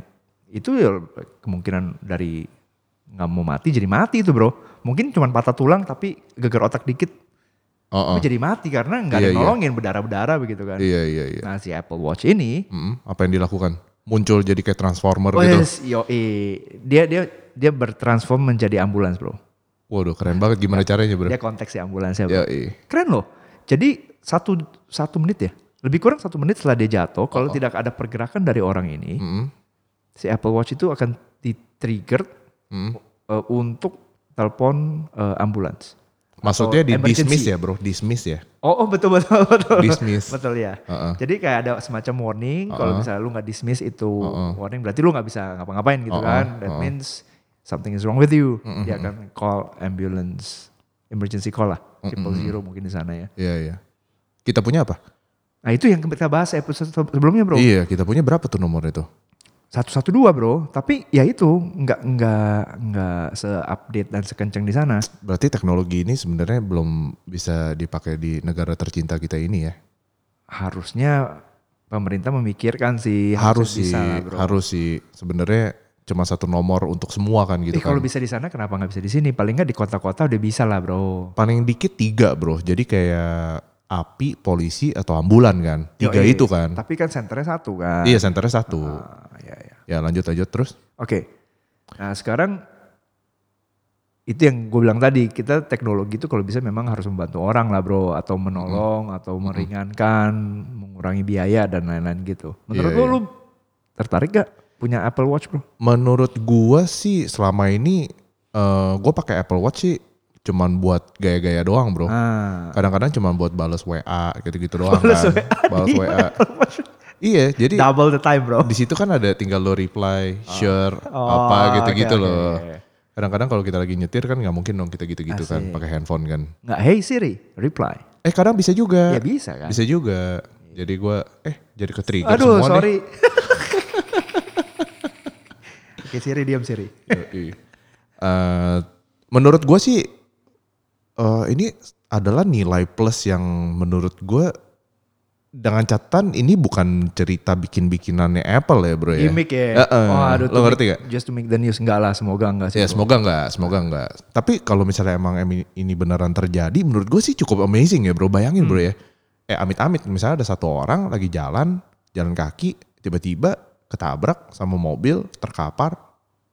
itu ya kemungkinan dari nggak mau mati jadi mati itu bro mungkin cuma patah tulang tapi geger otak dikit Oh, oh. Tapi jadi mati karena nggak ada Iya, yang iya. nolongin berdarah-berdarah begitu kan. Iya iya iya. Nah si Apple Watch ini, Mm-mm. Apa yang dilakukan? Muncul jadi kayak transformer oh gitu. yes, yoi. dia dia dia bertransform menjadi ambulans bro. Waduks keren banget gimana caranya bro? Dia konteks si ambulansnya Iya. bro. Ya, iya. Keren loh. Jadi satu satu menit ya, lebih kurang satu menit setelah dia jatuh, kalau tidak ada pergerakan dari orang ini, Mm-mm. si Apple Watch itu akan di trigger Hmm. Mm-mm. untuk telepon eh, ambulans. Maksudnya di Oh, emergency. dismiss ya bro, dismiss ya. Oh, oh betul betul betul. Dismiss. Betul ya. Heeh. Jadi kayak ada semacam warning kalau Uh-uh. misalnya lu nggak dismiss itu Uh-uh. warning berarti lu nggak bisa ngapa-ngapain gitu Uh-uh, kan. That uh-uh. means something is wrong with you. Dia akan call ambulance emergency call lah. Triple zero mungkin di sana ya. Iya iya. Kita punya apa? Nah itu yang kita bahas episode sebelumnya bro. Iya kita punya berapa tuh nomor itu? Satu satu dua bro. Tapi ya itu nggak nggak nggak se-update dan sekenceng di sana. Berarti teknologi ini sebenarnya belum bisa dipakai di negara tercinta kita ini ya. Harusnya pemerintah memikirkan sih harus sih, Iya, bisa lah, bro. harus sih. Sebenarnya cuma satu nomor untuk semua kan gitu Eh, kalau kan. bisa di sana kenapa nggak bisa di sini? Paling nggak di kota-kota udah bisa lah bro. Paling dikit tiga bro. Jadi kayak api, polisi atau ambulan kan. Tiga Yoi. itu kan. Tapi kan senternya satu kan. Iya senternya satu. Ah, ya, ya. Ya lanjut lanjut terus. Oke. Nah sekarang itu yang gue bilang tadi kita teknologi itu kalau bisa memang harus membantu orang lah bro atau menolong atau meringankan mengurangi biaya dan lain-lain gitu. Menurut Iya, lo iya. lu tertarik gak punya Apple Watch bro? Menurut gua sih selama ini eh gua pakai Apple Watch sih cuman buat gaya-gaya doang bro. Ah. Kadang-kadang cuman buat bales WA gitu-gitu doang Bales kan. WA Bales di WA. Iya, jadi Double the time bro. di situ kan ada tinggal lo reply, share, Oh, apa gitu-gitu oke, oke, loh. oke. Kadang-kadang kalau kita lagi nyetir kan nggak mungkin dong kita gitu-gitu kan Asik. pakai handphone kan. Nggak hey Siri reply. Eh kadang bisa juga. Ya bisa kan. Bisa juga. Jadi gua eh jadi ke trigger semua Aduh nih. sorry. Oke Siri diam Siri. Yoi. Eh, menurut gua sih eh, ini adalah nilai plus yang menurut gua dengan catatan ini bukan cerita bikin-bikinannya Apple ya bro ya. Gimik ya. Heeh. aduh, Lo to ngerti make- gak? Just to make the news enggak lah, semoga enggak sih. Ya bro. semoga nggak, semoga nggak. Tapi kalau misalnya emang em- ini beneran terjadi, menurut gue sih cukup amazing ya bro. Bayangin bro ya. Hmm. Eh amit-amit misalnya ada satu orang lagi jalan, jalan kaki, tiba-tiba ketabrak sama mobil, terkapar,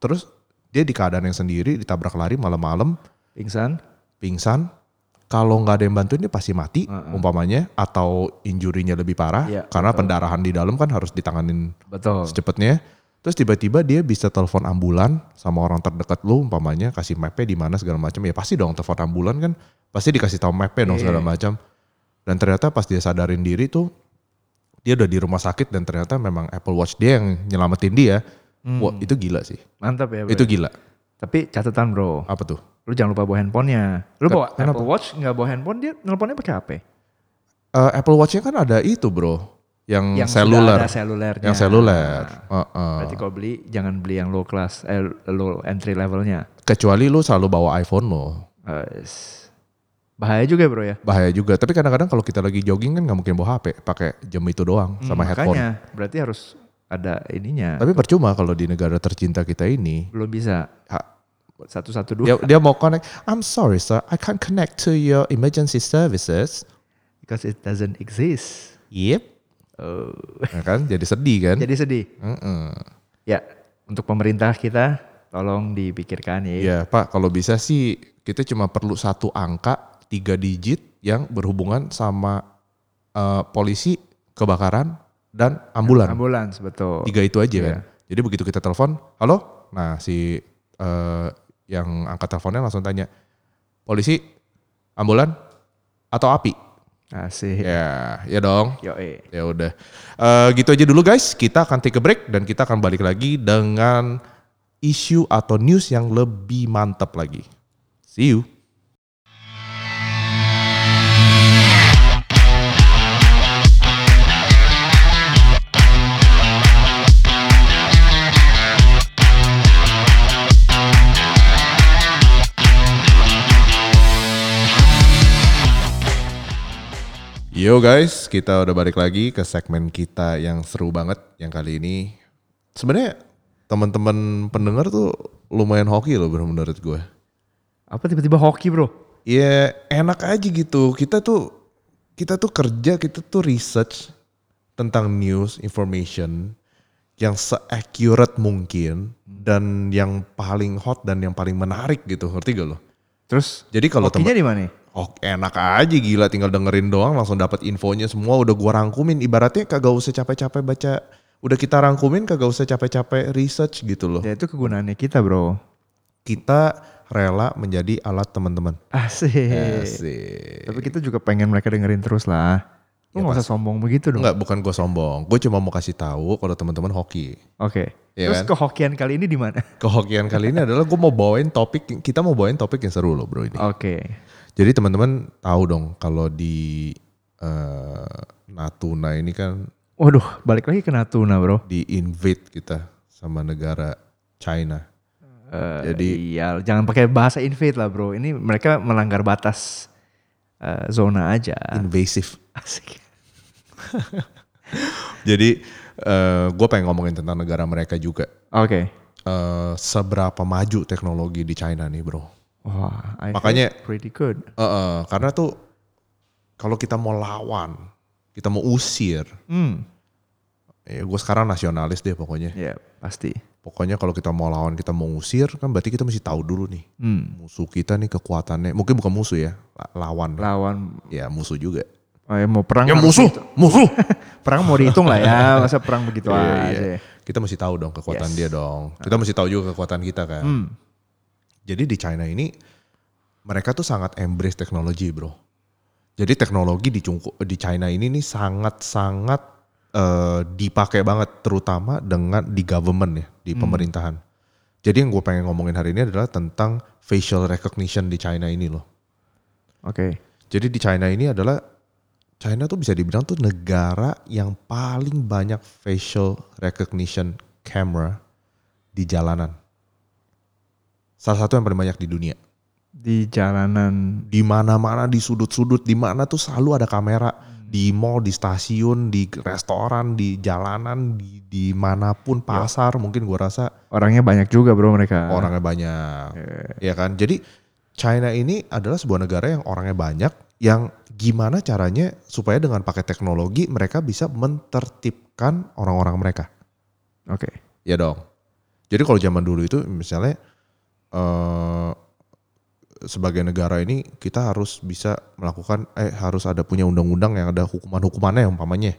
terus dia di keadaan yang sendiri, ditabrak lari malam-malam, Pingsan. pingsan. Kalau nggak ada yang bantuin dia pasti mati, Heeh. umpamanya, atau injurinya lebih parah, Iya, karena betul. pendarahan di dalam kan harus ditanganin Betul. secepatnya. Terus tiba-tiba dia bisa telepon ambulan sama orang terdekat lu umpamanya kasih mapnya di mana segala macam ya pasti dong telepon ambulan kan pasti dikasih tahu mapnya dong Iya. segala macam. Dan ternyata pas dia sadarin diri tuh dia udah di rumah sakit dan ternyata memang Apple Watch dia yang nyelamatin dia. Hmm. Wah itu gila sih. Mantap ya, bro. Itu gila. Tapi catatan, Bro. Apa tuh? Lu jangan lupa bawa handphonenya. Lu Ke- bawa kenapa? Apple Watch, enggak bawa handphone, dia nelponnya pakai HP. Eh, Apple Watch-nya kan ada itu bro, yang, Yang seluler, sudah ada selulernya. Nah, yang seluler. Heeh. Berarti kalau beli jangan beli yang low class, eh, low entry levelnya. Kecuali lu selalu bawa iPhone lo. Eh, s- bahaya juga bro ya. bahaya juga. Tapi kadang-kadang kalau kita lagi jogging kan nggak mungkin bawa HP, pakai jam itu doang sama Hmm, headphone. Makanya berarti harus ada ininya. Tapi percuma kalau di negara tercinta kita ini, Belum bisa. ha- Satu satu dua. dia, dia mau connect. I'm sorry sir, I can't connect to your emergency services. Because it doesn't exist. Yep. Oh. Ya kan jadi sedih kan Jadi sedih. Heeh. Ya, untuk pemerintah kita tolong dipikirkan ya. ya pak kalau bisa sih kita cuma perlu satu angka tiga digit yang berhubungan sama eh, polisi kebakaran dan ambulan Ambulans betul. tiga itu aja Iya. kan. Jadi begitu kita telepon, halo, nah si eh, yang angkat teleponnya langsung tanya, polisi, ambulan, atau api? Asih. Ya, ya dong. Yo eh. Ya udah, Eh, gitu aja dulu guys. Kita akan take a break dan kita akan balik lagi dengan isu atau news yang lebih mantap lagi. See you. Yo guys, kita udah balik lagi ke segmen kita yang seru banget yang kali ini. Sebenarnya teman-teman pendengar tuh lumayan hoki loh bro, menurut gue. Apa tiba-tiba hoki, Bro? Ya enak aja gitu. Kita tuh kita tuh kerja, kita tuh research tentang news, information yang seaccurate mungkin dan yang paling hot dan yang paling menarik gitu. Ngerti gak lo? Terus Jadi kalau teman hokinya di mana? Oh enak aja gila tinggal dengerin doang langsung dapat infonya semua udah gua rangkumin ibaratnya kagak usah capek-capek baca udah kita rangkumin kagak usah capek-capek research gitu loh. Ya itu kegunaannya kita, Bro. Kita rela menjadi alat teman-teman. Asih. Asik. Tapi kita juga pengen mereka dengerin terus lah. Iya, Lu nggak usah sombong begitu dong. Enggak bukan gue sombong, gue cuma mau kasih tahu kalau teman-teman hoki. Oke. Iya Terus kan? kehokian kali ini di mana? Kehokian kali ini adalah gue mau bawain topik kita mau bawain topik yang seru loh bro ini. Oke. Jadi teman-teman tahu dong kalau di eh, Natuna ini kan Waduh, balik lagi ke Natuna, Bro. di invade kita sama negara China. Eh, Jadi- iya, jangan pakai bahasa invade lah, Bro. Ini mereka melanggar batas eh, zona aja. Ah. Invasive. Asik. Jadi gue pengen ngomongin tentang negara mereka juga. Oke. Eh, seberapa maju teknologi di China nih bro. Wah, I Makanya- feel pretty good. Eh, eh, karena tuh kalau kita mau lawan, kita mau usir. Hmm. Ya gue sekarang nasionalis deh pokoknya. Ya, pasti. Pokoknya kalau kita mau lawan, kita mau usir kan berarti kita mesti tahu dulu nih. Hmm. Musuh kita nih kekuatannya, mungkin bukan musuh ya, la- lawan. Lawan ya musuh juga. oh, ya mau perang. Ya harus musuh, dihitung. musuh. Perang mau dihitung lah ya, masa perang begitu Iya, aja. iya. Kita mesti tahu dong kekuatan Yes. dia dong. Kita mesti tahu juga kekuatan kita kan. Hmm. Jadi di China ini mereka tuh sangat embrace teknologi, Bro. Jadi teknologi di Cungku- di China ini nih sangat-sangat eh, dipakai banget terutama dengan di government ya, di Hmm. pemerintahan. Jadi yang gue pengen ngomongin hari ini adalah tentang facial recognition di China ini loh. Oke. Jadi di China ini adalah China tuh bisa dibilang tuh negara yang paling banyak facial recognition camera di jalanan. Salah satu yang paling banyak di dunia. Di jalanan Di mana-mana di sudut-sudut di mana tuh selalu ada kamera di mall, di stasiun, di restoran, di jalanan, di dimanapun pasar mungkin gua rasa orangnya banyak juga, Bro, mereka. orangnya banyak. Ya kan? Jadi China ini adalah sebuah negara yang orangnya banyak yang gimana caranya supaya dengan pakai teknologi mereka bisa mentertibkan orang-orang mereka. Oke. Ya dong. Jadi kalau zaman dulu itu misalnya eh sebagai negara ini kita harus bisa melakukan eh harus ada punya undang-undang yang ada hukuman-hukumannya umpamanya.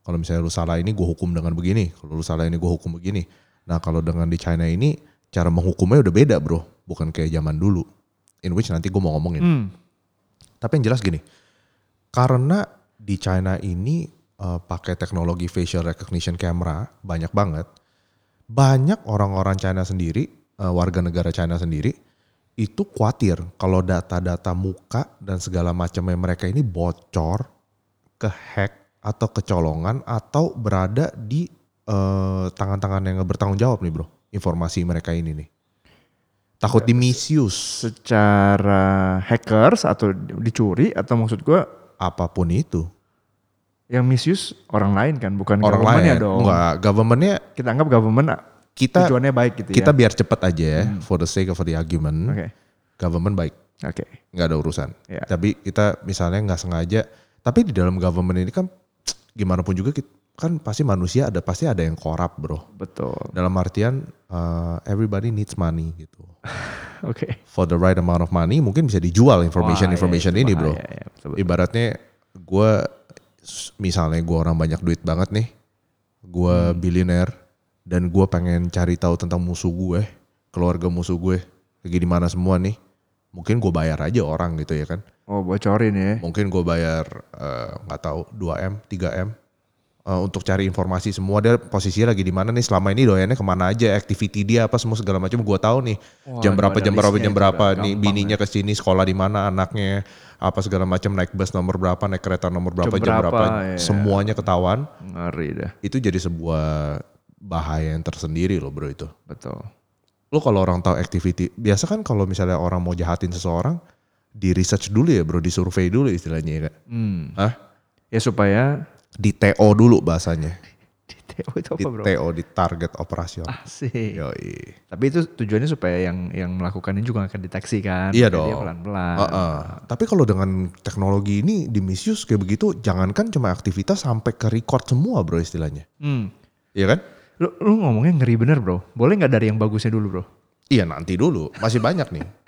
Kalau misalnya lu salah ini gue hukum dengan begini, kalau lu salah ini gue hukum begini. Nah, kalau dengan di China ini cara menghukumnya udah beda, Bro. Bukan kayak zaman dulu. In which nanti gue mau ngomongin. Hmm. Tapi yang jelas gini, karena di China ini eh, pakai teknologi facial recognition camera banyak banget, banyak orang-orang China sendiri, eh, warga negara China sendiri itu khawatir kalau data-data muka dan segala macamnya mereka ini bocor, kehack atau kecolongan atau berada di eh, tangan-tangan yang nggak bertanggung jawab nih bro, informasi mereka ini nih. Takut di misuse Secara hackers atau dicuri atau maksud gua apapun itu. yang misuse orang lain kan, bukan orang lain government ya dong. enggak governmentnya Kita anggap government kita tujuannya baik gitu kita ya. biar cepet aja ya for the sake of the argument Hmm. Oke. government baik Oke. nggak ada urusan Ya. tapi kita misalnya nggak sengaja tapi di dalam government ini kan gimana pun juga kit- kan pasti manusia ada pasti ada yang korup bro. Betul. Dalam artian uh, everybody needs money gitu. Oke. For the right amount of money mungkin bisa dijual information Wah, information ya, ini itu bahaya, bro. ya, betul, betul. Ibaratnya gue misalnya gue orang banyak duit banget nih, gue billionaire dan gue pengen cari tahu tentang musuh gue, keluarga musuh gue lagi di mana semua nih. Mungkin gue bayar aja orang gitu ya kan. Oh bocorin ya. mungkin gue bayar eh, nggak tahu 2 m 3 m eh, untuk cari informasi semua dia posisinya lagi di mana nih selama ini doyannya kemana aja activity dia apa semua segala macam gue tahu nih Wah, jam aduh, berapa ada jam berapa listnya jam itu berapa udah nih gampang ya. bininya ke sini sekolah di mana anaknya apa segala macam naik bus nomor berapa naik kereta nomor berapa jam, Jam berapa, berapa iya. semuanya ketahuan Ngeri dah. itu jadi sebuah bahaya yang tersendiri loh bro itu Betul. lo kalau orang tahu activity biasa kan kalau misalnya orang mau jahatin seseorang di research dulu ya bro di survei dulu istilahnya ya kak Hmm. Hah? Ya supaya di TO dulu bahasanya. di TO itu Di apa Oh, bro? Ah, TO di target operasional. Asik. Yoi. Iya. Tapi itu tujuannya supaya yang yang melakukan ini juga akan deteksi kan. Iya Jadi dia dong. Pelan-pelan. Heeh. Tapi kalau dengan teknologi ini di misuse kayak begitu, jangankan cuma aktivitas sampai ke record semua bro istilahnya. Hmm. Iya kan? Lu, lu ngomongnya ngeri bener bro. Boleh nggak dari yang bagusnya dulu bro? Iya nanti dulu, masih banyak nih.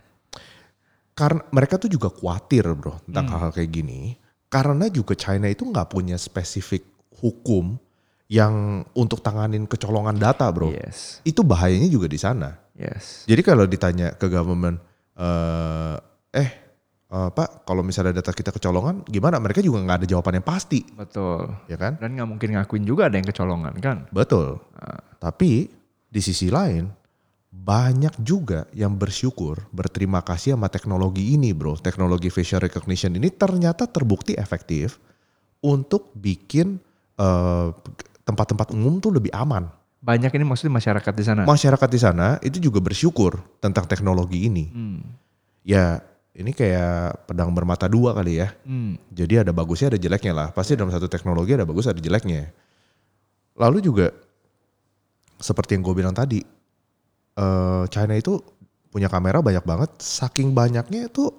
Karena mereka tuh juga khawatir bro tentang hal-hal kayak gini. Karena juga China itu nggak punya spesifik hukum yang untuk tanganin kecolongan data bro. Yes. Itu bahayanya juga di sana. Yes. Jadi kalau ditanya ke government, eh, eh eh, Pak, kalau misalnya data kita kecolongan, gimana? Mereka juga nggak ada jawaban yang pasti, Betul. ya kan? Dan nggak mungkin ngakuin juga ada yang kecolongan kan? Betul. Tapi di sisi lain, banyak juga yang bersyukur, berterima kasih sama teknologi ini, bro. Teknologi facial recognition ini ternyata terbukti efektif untuk bikin eh, tempat-tempat umum tuh lebih aman. Banyak ini maksudnya masyarakat di sana. Masyarakat di sana itu juga bersyukur tentang teknologi ini. Hmm. ya ini kayak pedang bermata dua kali ya. Hmm. Jadi ada bagusnya ada jeleknya lah. Pasti dalam satu teknologi ada bagus ada jeleknya. Lalu juga seperti yang gue bilang tadi, eh, China itu punya kamera banyak banget. Saking banyaknya itu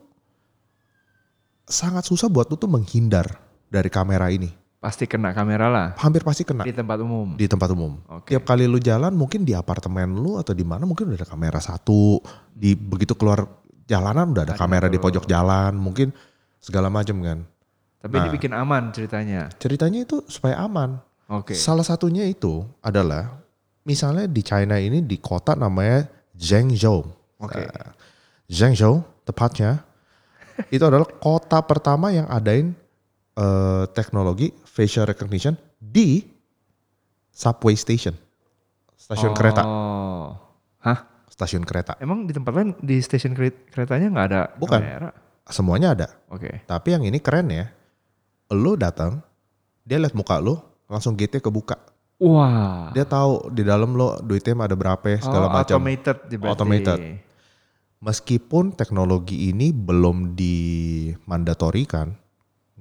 sangat susah buat lu tuh menghindar dari kamera ini. Pasti kena kamera lah Hampir pasti kena di tempat umum. Nah. di tempat umum. Oke. Tiap kali lu jalan mungkin di apartemen lu atau di mana mungkin udah ada kamera satu. Di begitu keluar jalanan udah ada Ada kamera di tuh. pojok jalan, mungkin segala macam kan. Tapi dibikin aman ceritanya. Ceritanya itu supaya aman. Oke. Salah satunya itu adalah misalnya di China ini di kota namanya Zhengzhou. Oke. Nah, Zhengzhou tepatnya itu adalah kota pertama yang adain eh, teknologi facial recognition di subway station. Stasiun Oh. kereta, Hah? stasiun kereta. Emang di tempat lain di stasiun kere- keretanya nggak ada Bukan. kamera? Semuanya ada. Oke. Tapi yang ini keren ya. Lu datang, dia lihat muka lu, langsung gate kebuka. Wah. Dia tahu di dalam lo duitnya ada berapa ya, segala Oh, macam. Automated di berarti. Automated. meskipun teknologi ini belum dimandatorikan,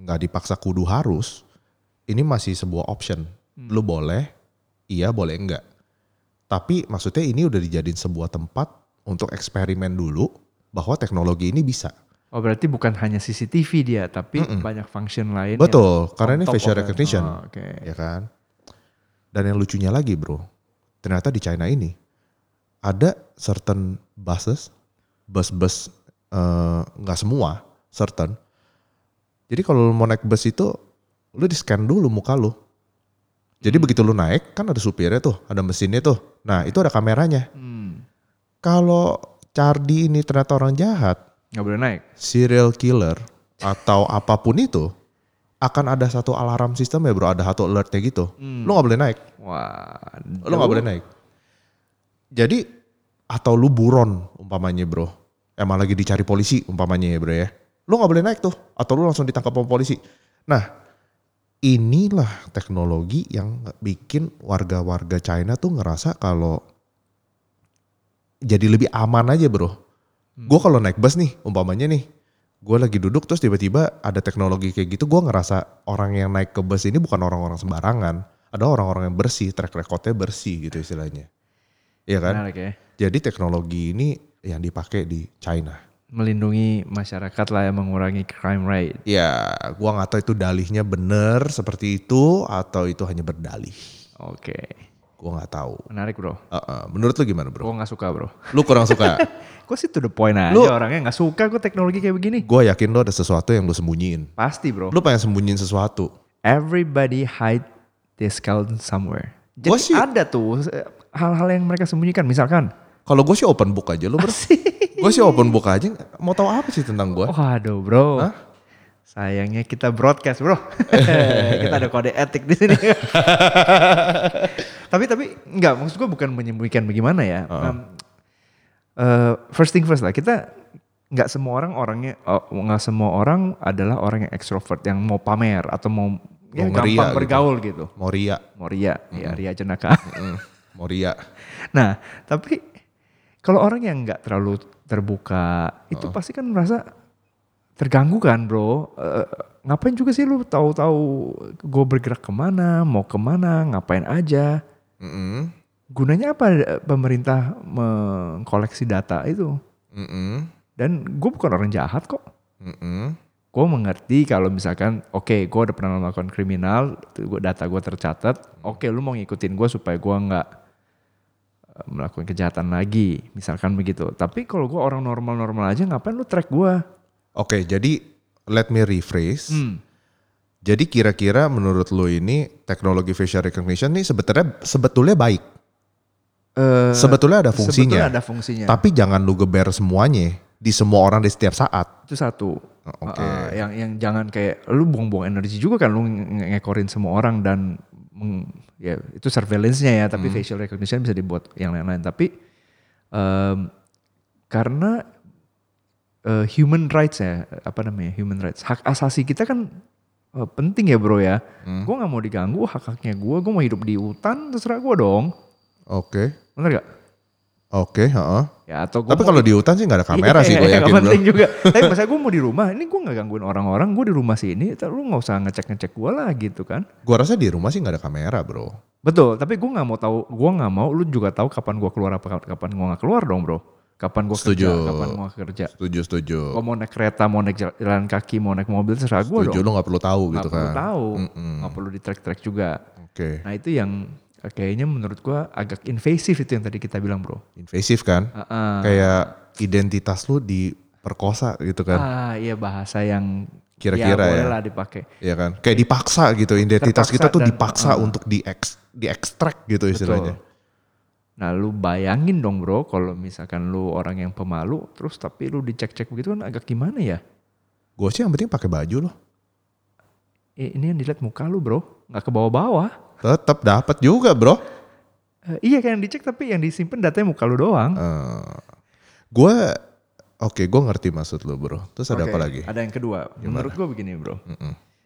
nggak dipaksa kudu harus, ini masih sebuah option. Hmm. Lu boleh, iya boleh enggak. Tapi maksudnya ini udah dijadiin sebuah tempat untuk eksperimen dulu bahwa teknologi ini bisa. Oh berarti bukan hanya CCTV dia, tapi banyak function lain. yang Betul, karena ya, on ini top facial of it. recognition, Oh, Oke. ya kan? Dan yang lucunya lagi bro, ternyata di China ini ada certain buses, bus-bus eh, nggak semua, certain. Jadi kalau lu mau naik bus itu, lu di scan dulu muka lu. Jadi begitu lu naik, kan ada supirnya tuh, ada mesinnya tuh. Nah itu ada kameranya. Hmm. Kalau Cardi ini ternyata orang jahat, Nggak boleh naik. serial killer atau apapun itu, akan ada satu alarm sistem ya bro, ada satu alertnya gitu. Lu nggak boleh naik Wah. lo nggak boleh naik. Jadi atau lu buron umpamanya bro, emang lagi dicari polisi umpamanya ya bro ya, lu nggak boleh naik tuh, atau lu langsung ditangkap sama polisi. Nah inilah teknologi yang bikin warga-warga China tuh ngerasa kalau jadi lebih aman aja bro. Gue kalau naik bus nih umpamanya nih, gue lagi duduk terus tiba-tiba ada teknologi kayak gitu, gue ngerasa orang yang naik ke bus ini bukan orang-orang sembarangan, ada orang-orang yang bersih, track recordnya bersih gitu istilahnya, iya kan? Menarik ya. Jadi teknologi ini yang dipakai di China. melindungi masyarakat lah yang mengurangi crime rate. Ya, gua nggak tahu itu dalihnya bener seperti itu atau itu hanya berdalih. Oke, Gua nggak tahu. menarik bro. Uh-uh. Menurut lu gimana bro? Gue nggak suka bro. Lu kurang suka? Gue sih to the point aja Lu- orangnya nggak suka gue teknologi kayak begini. Gua yakin lu ada sesuatu yang lu sembunyiin. Pasti bro. Lu pengen sembunyiin sesuatu. Everybody hide this count somewhere. Jadi Gua sih- ada tuh eh, hal-hal yang mereka sembunyikan. Misalkan. Kalau gue sih open book aja lu bro. gue Iya. sih open book aja. Mau tahu apa sih tentang gue? Waduh bro. Sayangnya kita broadcast bro. kita ada kode etik di sini. tapi tapi nggak maksud gue bukan menyembunyikan bagaimana ya. Um, eh, first thing first lah kita nggak semua orang orangnya oh, nggak semua orang adalah orang yang ekstrovert yang mau pamer atau mau, ya, Mau gampang ngeria gitu. bergaul gitu. Moria. Mau ria, ya ria jenaka. Mm, Moria. Nah, tapi kalau orang yang nggak terlalu terbuka, itu pasti kan merasa terganggu kan, bro. Eh, ngapain juga sih lu tahu-tahu gue bergerak kemana, mau kemana, ngapain aja? Mm-mm. Gunanya apa eh, pemerintah mengkoleksi data itu? Mm-mm. Dan gue bukan orang jahat kok. Mm-mm. Gue mengerti kalau misalkan, oke, gue udah pernah melakukan kriminal, gua- data gue tercatat. Oke, lu mau ngikutin gue supaya gue nggak eh, melakukan kejahatan lagi, misalkan begitu. Tapi kalau gue orang normal-normal aja, ngapain lu track gue? Oke, jadi let me rephrase. Hmm. Jadi kira-kira menurut lu ini teknologi facial recognition nih sebetulnya sebetulnya baik. Eh, sebetulnya ada Sebetulnya fungsinya. ada fungsinya. Tapi jangan lu geber semuanya di semua orang di setiap saat. itu satu. Oh, Oke. Eh, yang yang jangan kayak lu buang-buang energi juga kan lu nge- ngekorin semua orang dan meng- ya itu surveillance-nya ya, tapi facial recognition bisa dibuat yang lain-lain. Tapi em, karena eh, human rights ya, apa namanya? human rights. Hak asasi kita kan eh, penting ya, Bro ya. Gua nggak mau diganggu hak-haknya gua, gua mau hidup di hutan terserah gua dong. Oke. Bener gak? Oke, heeh. Ya atau gua Tapi mau- kalau di hutan sih nggak ada kamera sih gue yakin Iya, nggak bro. penting juga. Tapi masa gue mau di rumah, ini gue nggak gangguin orang-orang, gue di rumah sini, ter- lu nggak usah ngecek-ngecek gue lah gitu kan. Gue rasa di rumah sih nggak ada kamera bro. Betul, tapi gue nggak mau tahu, gue nggak mau, lu juga tahu kapan gue keluar apa kapan gue nggak keluar dong bro. Kapan gue kerja, Setuju. kapan gue kerja. Setuju, setuju. Gue mau naik kereta, mau naik jal- jalan kaki, mau naik mobil, terserah gue Setuju dong. lu nggak perlu tahu Nggak gitu perlu kan. tahu, Mm-mm. nggak perlu di track-track juga. Oke. Nah itu yang kayaknya menurut gue agak invasif itu yang tadi kita bilang bro. Invasif kan. Heeh. Kayak identitas lu diperkosa gitu kan. Ah iya bahasa yang Kira-kira ya, boleh ya. lah dipakai. Iya kan. Kayak dipaksa gitu. Identitas Terpaksa kita tuh dan- dipaksa untuk di diekstrak gitu istilahnya. Nah lu bayangin dong bro kalau misalkan lu orang yang pemalu terus tapi lu dicek-cek begitu kan agak gimana ya? Gue sih yang penting pakai baju loh. Eh, ini yang dilihat muka lu bro, nggak ke bawah-bawah. Tetap dapat juga bro. Eh, iya kan yang dicek tapi yang disimpan datanya muka lu doang. Eh, Gue, oke gue ngerti maksud lu bro. Terus ada Oke, apa lagi? Ada yang kedua. Menurut gua begini bro.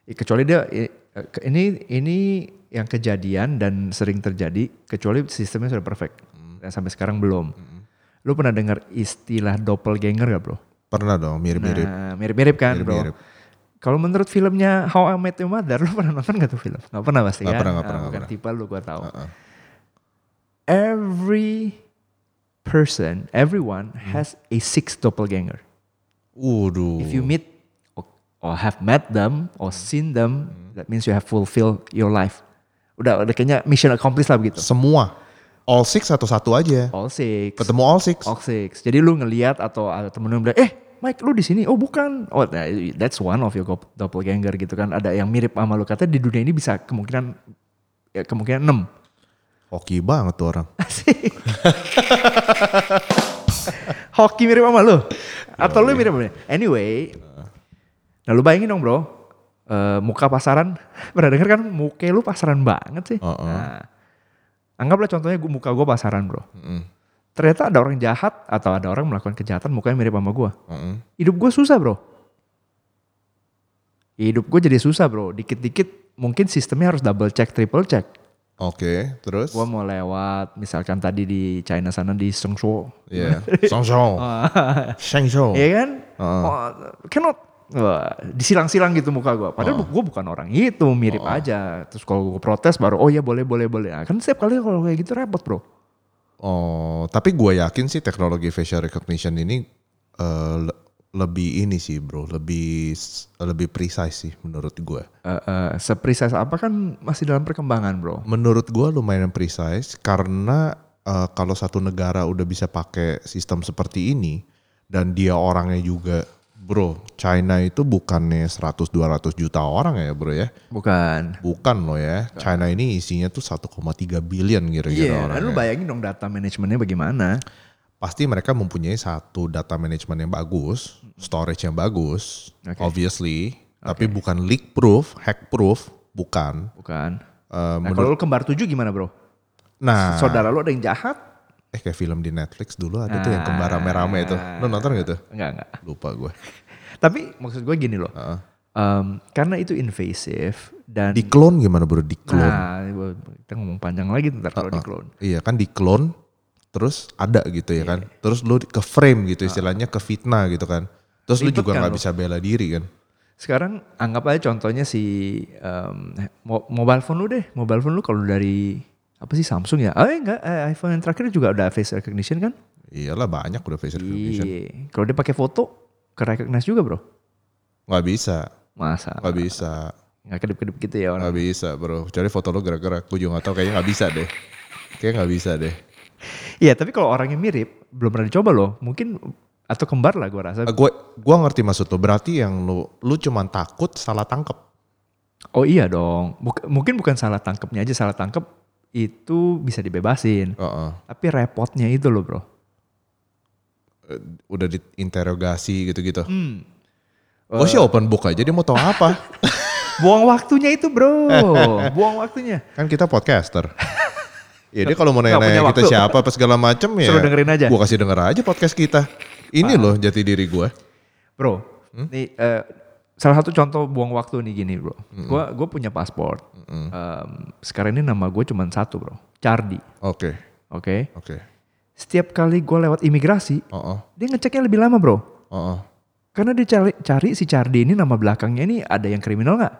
Eh, Kecuali dia eh, eh, ke- ini ini yang kejadian dan sering terjadi kecuali sistemnya sudah perfect. Mm. Dan sampai sekarang belum. Lu pernah dengar istilah doppelganger gak bro? Pernah dong mirip-mirip. Nah, mirip-mirip kan Mirip-mirip. bro. Kalau menurut filmnya How I Met Your Mother, lu pernah nonton gak tuh film? Gak pernah pasti Nggak kan? pernah, nggak Ah, pernah, nggak bukan tipe lu gua tahu. Heeh. Every person, everyone Hmm. has a six doppelganger. Waduh. If you meet or, or have met them or Hmm. seen them, that means you have fulfilled your life. Udah, udah kayaknya mission accomplished lah begitu. Semua. All six satu-satu aja. All six. Ketemu all six. All Oh, six. Jadi lu ngelihat atau ada temen lu yang bilang, eh Mike lu di sini. Oh bukan. Oh nah, that's one of your gop- doppelganger gitu kan. Ada yang mirip sama lu. Katanya di dunia ini bisa kemungkinan ya, kemungkinan 6. Hoki banget tuh orang. Asik. Hoki mirip sama lu. Atau lu mirip sama dia? Anyway. Nah lu bayangin dong bro. Eh, muka pasaran. Pernah denger kan muka lu pasaran banget sih. Uh-uh. Nah, anggaplah contohnya gua, muka gue pasaran bro. Mm-mm. Ternyata ada orang jahat atau ada orang melakukan kejahatan mukanya mirip sama gue. Mm-mm. Hidup gue susah bro. Hidup gue jadi susah bro. Dikit-dikit mungkin sistemnya harus double check, triple check. Oke, terus? Gue mau lewat misalkan tadi di China sana di Songsuo. Iya. Songshou. Shengshou. Iya kan? Heeh. Oh, cannot. Wah, disilang-silang gitu muka gue. Padahal gue bukan orang itu, mirip aja. Terus kalau gue protes baru, oh ya boleh, boleh, boleh. Nah, kan setiap kali kalau kayak gitu repot bro. Oh, tapi gue yakin sih teknologi facial recognition ini eh, le- lebih ini sih bro, lebih lebih precise sih menurut gue. Eh, eh, seprecise apa kan masih dalam perkembangan bro. Menurut gue lumayan precise karena eh, kalau satu negara udah bisa pakai sistem seperti ini dan dia orangnya juga bro, China itu bukannya 100-200 juta orang ya bro ya. Bukan. Bukan loh ya. China ini isinya tuh 1,3 billion kira-kira Iya, orangnya. lalu bayangin dong data manajemennya bagaimana. pasti mereka mempunyai satu data management yang bagus, storage yang bagus, Oke. obviously, tapi bukan leak proof, hack proof, bukan. Bukan. Eh, Nah, menurut- kalau lu kembar tujuh gimana bro? nah, Saudara lu ada yang jahat? eh kayak film di Netflix dulu ada Ah. tuh yang kembar rame-rame itu. Lo nonton gitu? Enggak, enggak. Lupa gue. Kan- Tapi maksud gue gini loh. Em, karena itu invasif Ah. dan Di clone gimana bro? Di clone. nah kita ngomong panjang lagi ntar kalau di clone. Iya kan di clone terus ada gitu ya Iya. kan. Terus lu ke frame gitu istilahnya ke fitnah gitu kan. Terus lu Ah. Ribet juga kan nggak lu? bisa bela diri kan. Sekarang anggap aja contohnya si em, mo- mobile phone lu deh. Mobile phone lu kalau dari apa sih Samsung ya? Oh enggak, eh, iPhone yang terakhir juga udah face recognition kan? Iyalah banyak udah facial recognition. Iya. Kalau dia pakai foto, ke recognize juga bro. Nggak bisa, Masa? nggak bisa. Nggak kedip-kedip gitu ya Gak orang. bisa bro, cari foto lo gerak-gerak, gue juga gak tau kayaknya gak bisa deh. Kayaknya gak bisa deh. Iya, tapi kalau orangnya mirip, belum pernah dicoba loh. Mungkin atau kembar lah gua rasa. Eh, Gue gua ngerti maksud lo, berarti yang lo, lu cuman takut salah tangkep. Oh iya dong. Buk- mungkin bukan salah tangkepnya aja, salah tangkep itu bisa dibebasin. Heeh. Tapi repotnya itu loh, Bro. Eh, Udah diinterogasi gitu-gitu. Hmm. Gue sih open book aja, dia mau tau apa. Buang waktunya itu, Bro. Buang waktunya. kan kita podcaster. Ya dia kalau mau Nggak punya nanya-nanya kita waktu. siapa apa segala macem ya. Suruh dengerin aja. Gue kasih denger aja podcast kita. Ini loh jati diri gue. Bro, nih eh, salah satu contoh buang waktu nih gini, Bro. Gua gua punya paspor. Em, sekarang ini nama gue cuma satu, Bro. Cardi. Oke, Oke. oke. Setiap kali gue lewat imigrasi, Oh, oh, dia ngeceknya lebih lama, Bro. oh, oh. Karena dia cari, cari si Cardi ini nama belakangnya ini ada yang kriminal nggak?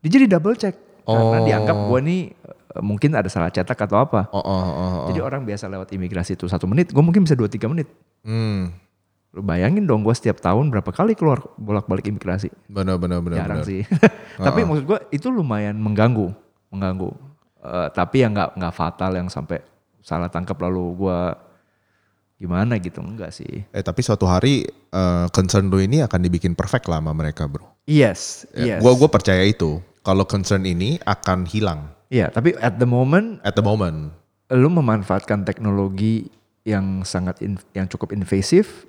Dia jadi double check karena Oh. dianggap gue nih eh, mungkin ada salah cetak atau apa. Oh, oh, oh, oh. Jadi orang biasa lewat imigrasi itu satu menit, gue mungkin bisa dua tiga menit. Hmm, Lu bayangin dong gue setiap tahun berapa kali keluar bolak-balik imigrasi? benar-benar Jarang benar-benar. sih. Tapi maksud gue itu lumayan mengganggu, mengganggu. Eh, tapi yang nggak nggak fatal yang sampai salah tangkap lalu gue gimana gitu enggak sih? Eh tapi suatu hari eh, concern lu ini akan dibikin perfect lah sama mereka bro. Yes, Ya, yes. Gua gua percaya itu. Kalau concern ini akan hilang Iya, tapi at the moment at the moment. lu memanfaatkan teknologi yang sangat in- yang cukup invasif